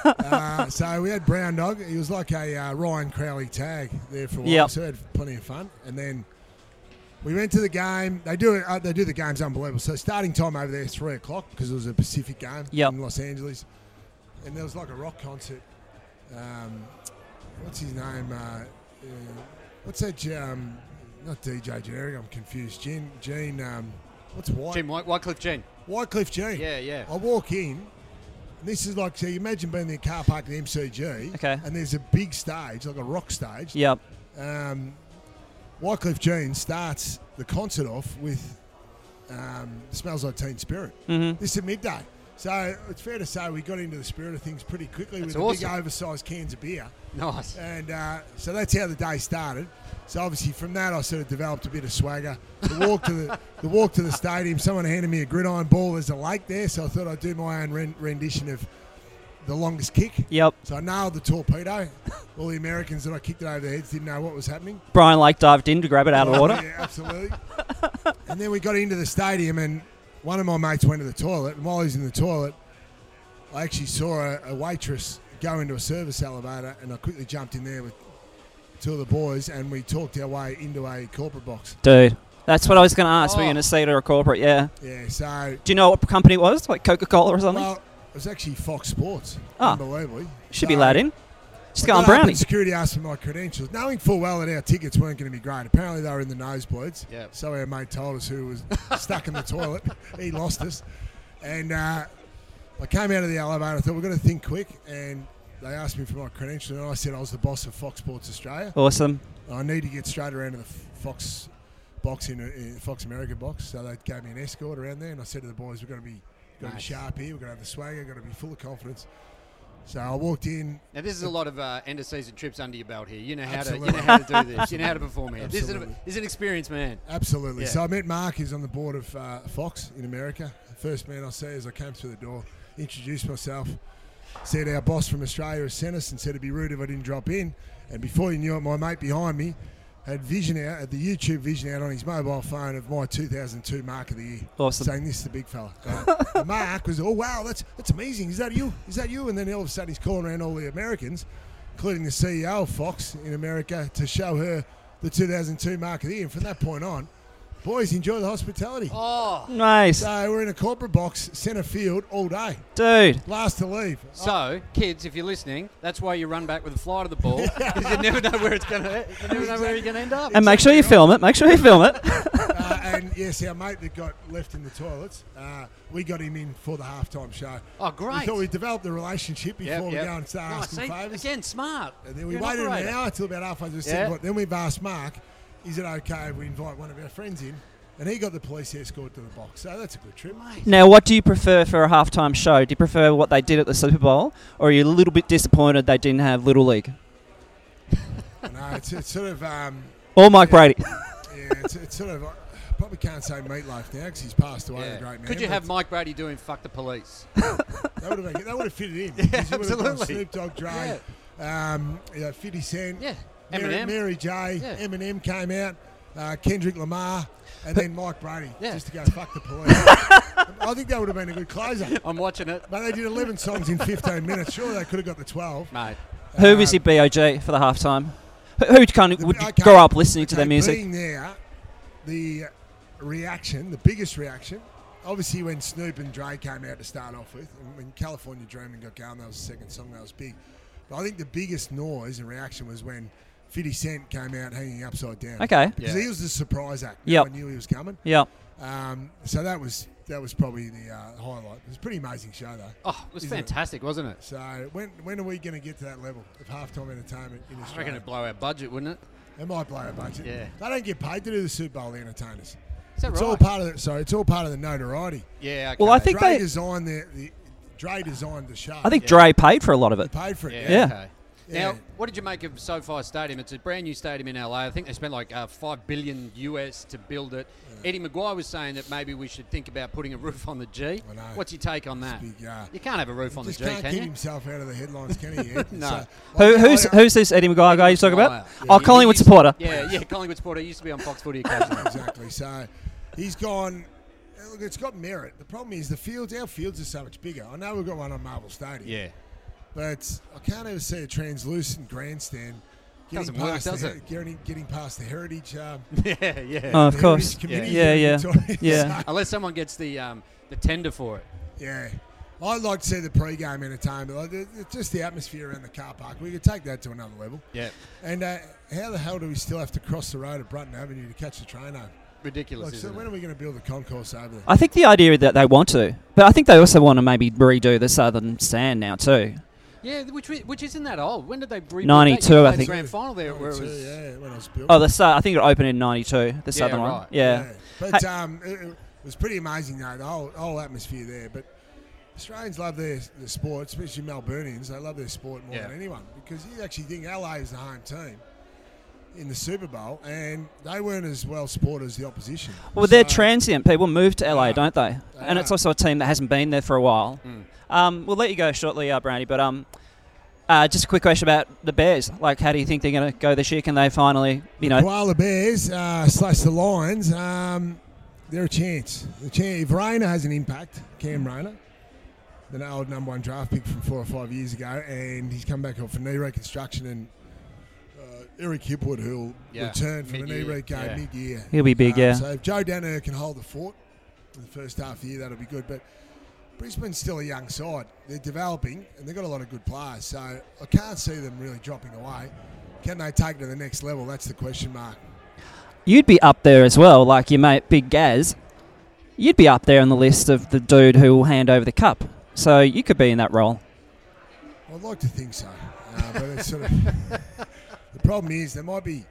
Speaker 8: Uh, so we had Brown Dog. He was like a uh, Ryan Crowley tag there for a while.
Speaker 9: Yep.
Speaker 8: So we had plenty of fun, and then. We went to the game. They do uh, they do the games unbelievable. So starting time over there three o'clock because it was a Pacific game
Speaker 9: Yep.
Speaker 8: in Los Angeles, and there was like a rock concert. Um, what's his name? Uh, uh, what's that? Um, not DJ Generic. I'm confused. Gene. Gene. Um, what's White?
Speaker 2: Jim White, Wycliffe Gene.
Speaker 8: Wycliffe Gene.
Speaker 2: Yeah, yeah.
Speaker 8: I walk in. and This is like so. You imagine being in the car park at the MCG.
Speaker 9: Okay.
Speaker 8: And there's a big stage, like a rock stage
Speaker 9: Yep.
Speaker 8: um, Wycliffe Jean starts the concert off with um, Smells Like Teen Spirit. Mm-hmm. This is midday. So it's fair to say we got into the spirit of things pretty quickly
Speaker 2: That's
Speaker 8: with the
Speaker 2: awesome.
Speaker 8: big oversized cans of beer.
Speaker 2: Nice.
Speaker 8: And uh, so that's how the day started. So obviously from that I sort of developed a bit of swagger. The walk to the, the walk to the stadium, someone handed me a gridiron ball. There's a lake there, so I thought I'd do my own ren- rendition of the longest kick.
Speaker 9: Yep.
Speaker 8: So I nailed the torpedo. All the Americans that I kicked it over their heads didn't know what was happening.
Speaker 9: Brian Lake dived in to grab it out of the water.
Speaker 8: Yeah, absolutely. and then we got into the stadium, and one of my mates went to the toilet. And while he was in the toilet, I actually saw a, a waitress go into a service elevator, and I quickly jumped in there with two of the boys, and we talked our way into a corporate box.
Speaker 9: Dude, that's what I was going to ask. Were you
Speaker 2: Oh.
Speaker 9: going to see it or a corporate? Yeah.
Speaker 8: Yeah, so
Speaker 9: Do you know what company it was? Like Coca Cola or something?
Speaker 8: well, it was actually Fox Sports.
Speaker 9: Ah.
Speaker 8: unbelievably.
Speaker 9: Should be
Speaker 8: So-
Speaker 9: allowed in. Just go
Speaker 8: I
Speaker 9: on
Speaker 8: got up and
Speaker 9: brownies.
Speaker 8: Security asked for my credentials, knowing full well that our tickets weren't going to be great. Apparently, they were in the nosebleeds.
Speaker 2: Yeah.
Speaker 8: So our mate told us who was stuck in the toilet. He lost us, and uh, I came out of the elevator. I thought we're going to think quick, and they asked me for my credentials, and I said I was the boss of Fox Sports Australia.
Speaker 9: Awesome.
Speaker 8: I need to get straight around to the F- Fox box in, in Fox America box. So they gave me an escort around there, and I said to the boys, "We're going to be, going to be
Speaker 2: Nice.
Speaker 8: sharp here. We're going to have the swagger. We're going to be full of confidence." So I walked in,
Speaker 2: Now this is a lot of uh, end of season trips under your belt here. You know how to
Speaker 8: Absolutely.
Speaker 2: you know how to do this. You know how to perform here. This is, an,
Speaker 8: Absolutely.
Speaker 2: this is an experienced man.
Speaker 8: Absolutely.
Speaker 2: Yeah.
Speaker 8: So I met Mark, who's on the board of uh, Fox in America. The first man I see as I came through the door, introduced myself, said our boss from Australia has sent us and said it'd be rude if I didn't drop in. And before you knew it, my mate behind me had vision out, had the YouTube vision out on his mobile phone of my 2002 Mark of the Year.
Speaker 9: Awesome.
Speaker 8: Saying, this is the big fella. Uh, Mark was, oh, wow, that's, that's amazing. Is that you? Is that you? And then all of a sudden he's calling around all the Americans including the CEO of Fox in America, to show her the 2002 Mark of the Year. And from that point on, boys enjoy the hospitality.
Speaker 2: Oh.
Speaker 9: Nice.
Speaker 8: So we're in a corporate box, centre field all day,
Speaker 9: Dude,
Speaker 8: last to leave.
Speaker 2: So, kids, if you're listening, that's why you run back with a fly to the ball because you never know where it's gonna. You never know where you're gonna end up.
Speaker 9: and make sure you film it. Make sure you film it.
Speaker 8: Uh, and yes, our mate that got left in the toilets, uh, we got him in for the halftime show.
Speaker 2: Oh, great.
Speaker 8: We thought we developed the relationship before
Speaker 2: Yep,
Speaker 8: we
Speaker 2: yep.
Speaker 8: go and start
Speaker 2: Nice.
Speaker 8: asking
Speaker 2: See,
Speaker 8: favours.
Speaker 2: again, smart.
Speaker 8: And then we
Speaker 2: You're an
Speaker 8: waited an
Speaker 2: operator.
Speaker 8: hour till about half past the
Speaker 2: Yeah.
Speaker 8: second. point. Then we've asked Mark, is it okay if we invite one of our friends in? And he got the police escort to the box. So that's a good trip.
Speaker 9: Now, what do you prefer for a halftime show? Do you prefer what they did at the Super Bowl, or are you a little bit disappointed they didn't have Little League
Speaker 8: No, it's, it's sort of um,
Speaker 9: or Mike Brady?
Speaker 8: Yeah, it's, it's sort of. I probably can't say meatloaf now because he's passed away.
Speaker 2: Yeah.
Speaker 8: The great man.
Speaker 2: Could you
Speaker 8: but
Speaker 2: have Mike Brady doing "fuck the police"?
Speaker 8: That would have, been, that would have fitted in. 'cause you would have gone
Speaker 2: absolutely.
Speaker 8: Snoop Dogg, Dre, um, you know, Fifty Cent,
Speaker 2: Yeah,
Speaker 8: Mary,
Speaker 2: Eminem.
Speaker 8: Mary J,
Speaker 2: Yeah.
Speaker 8: Eminem came out, uh, Kendrick Lamar, and then Mike Brady,
Speaker 2: Yeah.
Speaker 8: just to go fuck the police. I think that would have been a good closer.
Speaker 2: I'm watching it,
Speaker 8: But they did 11 songs in 15 minutes. Surely they could have got the 12.
Speaker 2: mate. Um,
Speaker 9: Who was your BOG for the halftime? Who, who kind of
Speaker 8: The-
Speaker 9: would
Speaker 8: okay,
Speaker 9: grow up listening to
Speaker 8: okay,
Speaker 9: their music?
Speaker 8: Being there, the reaction, the biggest reaction, obviously when Snoop and Dre came out to start off with, and when California Dreaming got going, that was the second song that was big. But I think the biggest noise and reaction was when 50 Cent came out hanging upside down.
Speaker 9: Okay.
Speaker 8: Because
Speaker 2: Yeah.
Speaker 8: he was the surprise act.
Speaker 9: Yep.
Speaker 8: No one knew he was coming.
Speaker 9: Yep.
Speaker 8: Um, so that was that was probably the uh, highlight. It was a pretty amazing show though.
Speaker 2: Oh, it was
Speaker 8: Isn't it?
Speaker 2: fantastic, wasn't it?
Speaker 8: So when when are we going to get to that level of halftime entertainment in
Speaker 2: I reckon
Speaker 8: Australia?
Speaker 2: it'd blow our budget, wouldn't it?
Speaker 8: It might blow a budget.
Speaker 2: Yeah.
Speaker 8: They don't get paid to do the Super Bowl the entertainers.
Speaker 2: Is that
Speaker 8: It's
Speaker 2: right?
Speaker 8: all part of the, sorry, it's all part of the notoriety.
Speaker 2: yeah. Okay.
Speaker 9: Well, I think
Speaker 8: Dre
Speaker 9: they.
Speaker 8: designed the, the Dre designed the show.
Speaker 9: I think Dre paid for a lot of
Speaker 8: he
Speaker 9: it.
Speaker 8: paid for it.
Speaker 2: Yeah.
Speaker 9: Yeah.
Speaker 2: Okay. Now,
Speaker 8: Yeah.
Speaker 2: what did you make of SoFi Stadium? It's a brand new stadium in LA. I think they spent like uh, five billion US to build it. Eddie McGuire was saying that maybe we should think about putting a roof on the G.
Speaker 8: I know.
Speaker 2: What's your take on that?
Speaker 8: Big, uh,
Speaker 2: You can't have a roof on the
Speaker 8: just
Speaker 2: G,
Speaker 8: can't
Speaker 2: can
Speaker 8: keep
Speaker 2: you?
Speaker 8: himself out of the headlines, can he? Ed?
Speaker 2: No.
Speaker 8: I-
Speaker 9: Who,
Speaker 8: I-
Speaker 9: who's
Speaker 8: I-
Speaker 9: who's this Eddie McGuire guy you're talking about?
Speaker 2: Maguire.
Speaker 9: Oh,
Speaker 2: He
Speaker 9: Collingwood
Speaker 2: used-
Speaker 9: supporter.
Speaker 2: Yeah, yeah, Collingwood supporter. He used to be on Fox Footy occasionally.
Speaker 8: exactly. So he's gone. uh, Look, it's got merit. The problem is the fields. Our fields are so much bigger. I know we've got one on Marvel Stadium.
Speaker 2: yeah.
Speaker 8: But I can't ever see a translucent grandstand.
Speaker 2: Doesn't work,
Speaker 8: past the
Speaker 2: does
Speaker 8: he-
Speaker 2: it?
Speaker 8: Getting, getting past the heritage. Um,
Speaker 2: Yeah, yeah.
Speaker 9: Oh, of
Speaker 8: the
Speaker 9: course.
Speaker 8: Heritage Committee
Speaker 9: Yeah,
Speaker 8: here
Speaker 9: yeah,
Speaker 8: in Victoria.
Speaker 9: yeah.
Speaker 8: So,
Speaker 2: Unless someone gets the um, the tender for it.
Speaker 8: yeah. I'd like to see the pre-game entertainment, like the, the- just the atmosphere around the car park. We could take that to another level.
Speaker 2: Yeah.
Speaker 8: And uh, how the hell do we still have to cross the road at Brutton Avenue to catch the train home?
Speaker 2: Ridiculous,
Speaker 8: Like, so
Speaker 2: isn't
Speaker 8: when
Speaker 2: it?
Speaker 8: are we going to build the concourse over there?
Speaker 9: I think the idea that they want to, but I think they also want to maybe redo the southern stand now too.
Speaker 2: Yeah, which we- which isn't that old. When did they bring
Speaker 9: 92, I think.
Speaker 2: grand final there where it was.
Speaker 8: yeah, when I was built.
Speaker 9: Oh, the sou- I think it opened in '92. The southern one.
Speaker 2: right.
Speaker 9: Yeah.
Speaker 8: But um, it, it was pretty amazing, though, the whole, whole atmosphere there. But Australians love their, their sport, especially Melburnians. They love their sport more
Speaker 2: Yeah.
Speaker 8: than anyone because you actually think LA is the home team in the Super Bowl, and they weren't as well supported as the opposition.
Speaker 9: Well, they're
Speaker 8: So-
Speaker 9: transient people move to LA,
Speaker 8: are.
Speaker 9: don't they? And
Speaker 8: are.
Speaker 9: it's also a team that hasn't been there for a while. Um, we'll let you go shortly, uh, Brandy. But um, uh, just a quick question about the Bears. Like, how do you think they're going to go this year? Can they finally, you know?
Speaker 8: Koala Bears uh, slash the Lions, um, they're a chance. The chance. If Rayner has an impact, Cam Rayner, the old number one draft pick from four or five years ago, and he's come back off a knee reconstruction, and uh, Eric Hipwood, who'll
Speaker 2: Yeah,
Speaker 8: return from a knee
Speaker 2: mid-year,
Speaker 8: re game
Speaker 2: yeah.
Speaker 8: mid-year.
Speaker 9: He'll be big,
Speaker 8: Um,
Speaker 9: yeah.
Speaker 8: So if Joe Danaher can hold the fort in the first half of the year, that'll be good. But Brisbane's still a young side. They're developing, and they've got a lot of good players. So I can't see them really dropping away. Can they take it to the next level? That's the question mark.
Speaker 9: You'd be up there as well, like your mate Big Gaz. You'd be up there on the list of the dude who will hand over the cup. So you could be in that role.
Speaker 8: I'd like to think so, uh, but it's sort of the problem is there might be.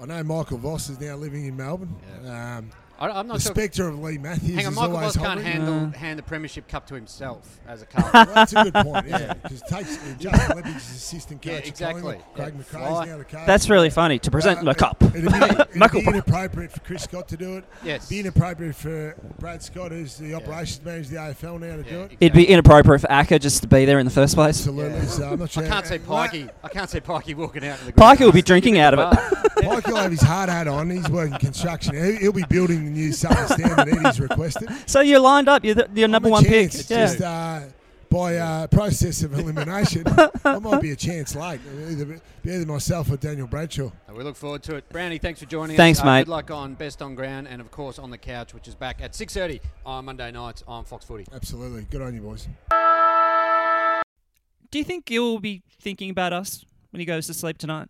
Speaker 8: I know Michael Voss is now living in Melbourne. Um,
Speaker 2: I, I'm
Speaker 8: the
Speaker 2: not sure.
Speaker 8: spectre of Lee Matthews
Speaker 2: Hang on,
Speaker 8: is
Speaker 2: Michael
Speaker 8: always
Speaker 2: Voss can't
Speaker 8: hovering.
Speaker 2: handle hand the premiership cup to himself as a cup.
Speaker 8: Well, that's a good point. Yeah, uh, because takes Justin Lepping's assistant coach.
Speaker 2: Yeah,
Speaker 8: at
Speaker 2: exactly.
Speaker 8: Collingwood. Craig
Speaker 2: Yeah,
Speaker 8: McRae's
Speaker 2: fly.
Speaker 8: now the coach.
Speaker 9: That's really funny to present
Speaker 8: Uh,
Speaker 9: the
Speaker 8: it-
Speaker 9: cup.
Speaker 8: It'd be, it'd
Speaker 9: Michael
Speaker 8: be
Speaker 9: Brown.
Speaker 8: inappropriate for Chris Scott to do it.
Speaker 2: yes.
Speaker 8: Be inappropriate for Brad Scott, who's the operations manager of the AFL now, to
Speaker 2: Yeah,
Speaker 8: do it.
Speaker 9: It'd be inappropriate for Acker just to be there in the first place.
Speaker 8: Absolutely. So I'm not
Speaker 2: I
Speaker 8: sure.
Speaker 2: can't see
Speaker 8: Uh,
Speaker 2: Pikey. I can't see Pikey walking out. in the
Speaker 9: Parker will be
Speaker 2: ground.
Speaker 9: drinking out of it.
Speaker 8: Mike will have his hard hat on. He's working construction. He- He'll be building the new Southern Stand that Eddie's requested.
Speaker 9: So you're lined up. You're, the, you're number
Speaker 8: I'm a
Speaker 9: one pick.
Speaker 8: chance,
Speaker 9: Yeah.
Speaker 8: Just uh, by uh, process of elimination, I might be a chance late. Either, be either myself or Daniel Bradshaw.
Speaker 2: We look forward to it. Brownie, thanks for joining
Speaker 9: Thanks,
Speaker 2: us. Uh,
Speaker 9: mate.
Speaker 2: Good luck on Best on Ground and, of course, on the couch, which is back at 6.30 on Monday nights on Fox Footy.
Speaker 8: Absolutely. Good on you, boys.
Speaker 1: Do you think Gil will be thinking about us when he goes to sleep tonight?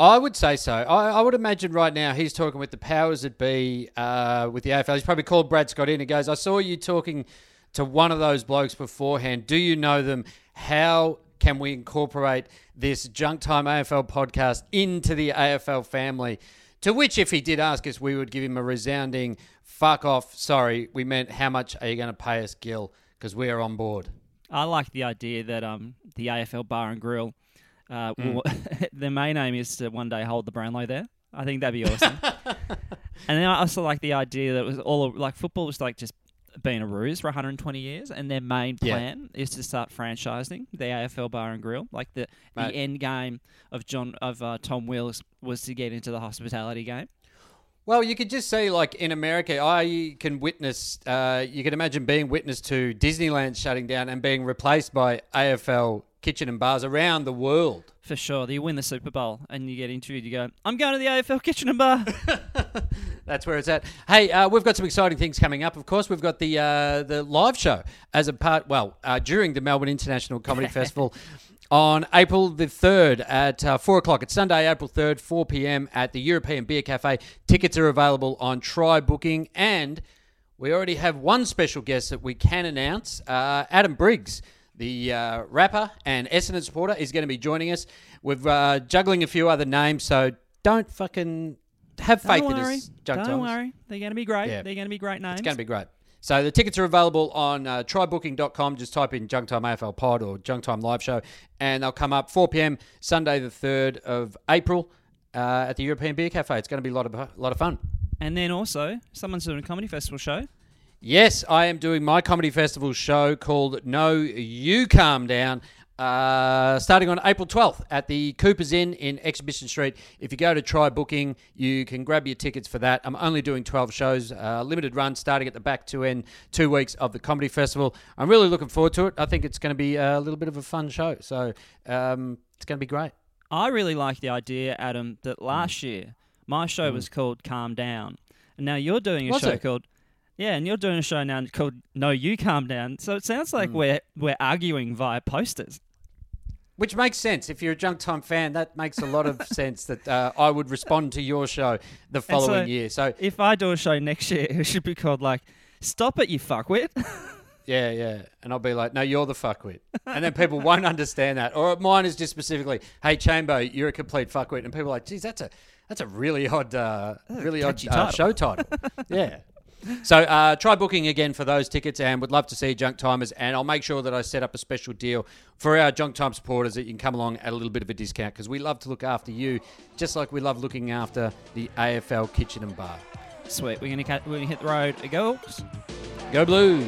Speaker 2: I would say so. I, I would imagine right now he's talking with the powers that be uh, with the AFL. He's probably called Brad Scott in and goes, I saw you talking to one of those blokes beforehand. Do you know them? How can we incorporate this Junk Time AFL podcast into the AFL family? To which, if he did ask us, we would give him a resounding fuck off. Sorry, we meant how much are you going to pay us, Gil? Because we are on board.
Speaker 1: I like the idea that um, the AFL Bar and Grill, uh,
Speaker 2: Mm.
Speaker 1: will, their main aim is to one day hold the Brownlow there. I think that'd be awesome. and then I also like the idea that it was all like football was like just been a ruse for 120 years, and their main
Speaker 2: Yeah.
Speaker 1: plan is to start franchising the AFL Bar and Grill. Like the, the
Speaker 2: Mate.
Speaker 1: end game of John of uh, Tom Wills was to get into the hospitality game.
Speaker 2: Well, you could just say, like in America, I can witness, uh, you can imagine being witness to Disneyland shutting down and being replaced by AFL kitchen and bars around the world.
Speaker 1: For sure, you win the Super Bowl and you get interviewed. You go, I'm going to the AFL kitchen and bar.
Speaker 2: That's where it's at. Hey, uh, we've got some exciting things coming up. Of course, we've got the uh, the live show as a part. Well, uh, during the Melbourne International Comedy Festival, on April the 3rd at uh, 4 o'clock. It's Sunday, April 3rd, 4 p.m. at the European Beer Cafe. Tickets are available on Try Booking. And we already have one special guest that we can announce uh, Adam Briggs. The uh, rapper and Essendon supporter is going to be joining us. We're uh, juggling a few other names, so don't fucking have faith
Speaker 1: Don't
Speaker 2: in
Speaker 1: worry.
Speaker 2: us. Jug
Speaker 1: Don't
Speaker 2: Thomas.
Speaker 1: worry. They're going to be great.
Speaker 2: Yeah.
Speaker 1: They're going to be great names.
Speaker 2: It's going to be great. So the tickets are available on uh, trybooking.com. Just type in Junk Time AFL Pod or Junk Time Live Show, and they'll come up 4 p.m. Sunday, the 3rd of April, uh, at the European Beer Cafe. It's going to be a lot of a lot of fun.
Speaker 1: And then also, someone's doing a comedy festival show.
Speaker 2: Yes, I am doing my comedy festival show called No You Calm Down, uh, starting on April 12th at the Cooper's Inn in Exhibition Street. If you go to Try Booking, you can grab your tickets for that. I'm only doing 12 shows, uh, limited run, starting at the back to end two weeks of the comedy festival. I'm really looking forward to it. I think it's going to be a little bit of a fun show, so um, it's going to be great.
Speaker 1: I really like the idea, Adam, that
Speaker 2: Mm.
Speaker 1: last year my show was called Calm Down. And now you're doing a
Speaker 2: Was
Speaker 1: show
Speaker 2: it?
Speaker 1: called Yeah, and you're doing a show now called No You Calm Down. So it sounds
Speaker 2: Mm.
Speaker 1: like we're we're arguing via posters.
Speaker 2: Which makes sense. If you're a Junk Time fan, that makes a lot of sense that uh, I would respond to your show the
Speaker 1: And so
Speaker 2: following year. So
Speaker 1: if I do a show next year, it should be called like Stop it, you fuckwit.
Speaker 2: Yeah, yeah. And I'll be like, no, you're the fuckwit. And then people won't understand that. Or mine is just specifically, hey, Chambo, you're a complete fuckwit. And people are like, geez, that's a that's a really odd, uh, really odd
Speaker 1: catchy
Speaker 2: uh,
Speaker 1: title.
Speaker 2: show title. yeah. So uh, try booking again for those tickets and would love to see Junk Timers. And I'll make sure that I set up a special deal for our Junk Time supporters that you can come along at a little bit of a discount because we love to look after you just like we love looking after the AFL kitchen and bar.
Speaker 1: Sweet, we're gonna ca- we're gonna hit the road. It goes.
Speaker 2: Go Blues!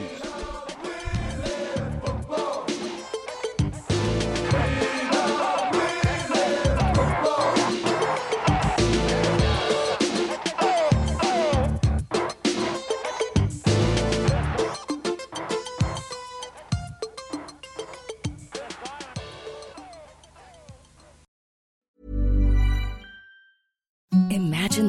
Speaker 10: Imagine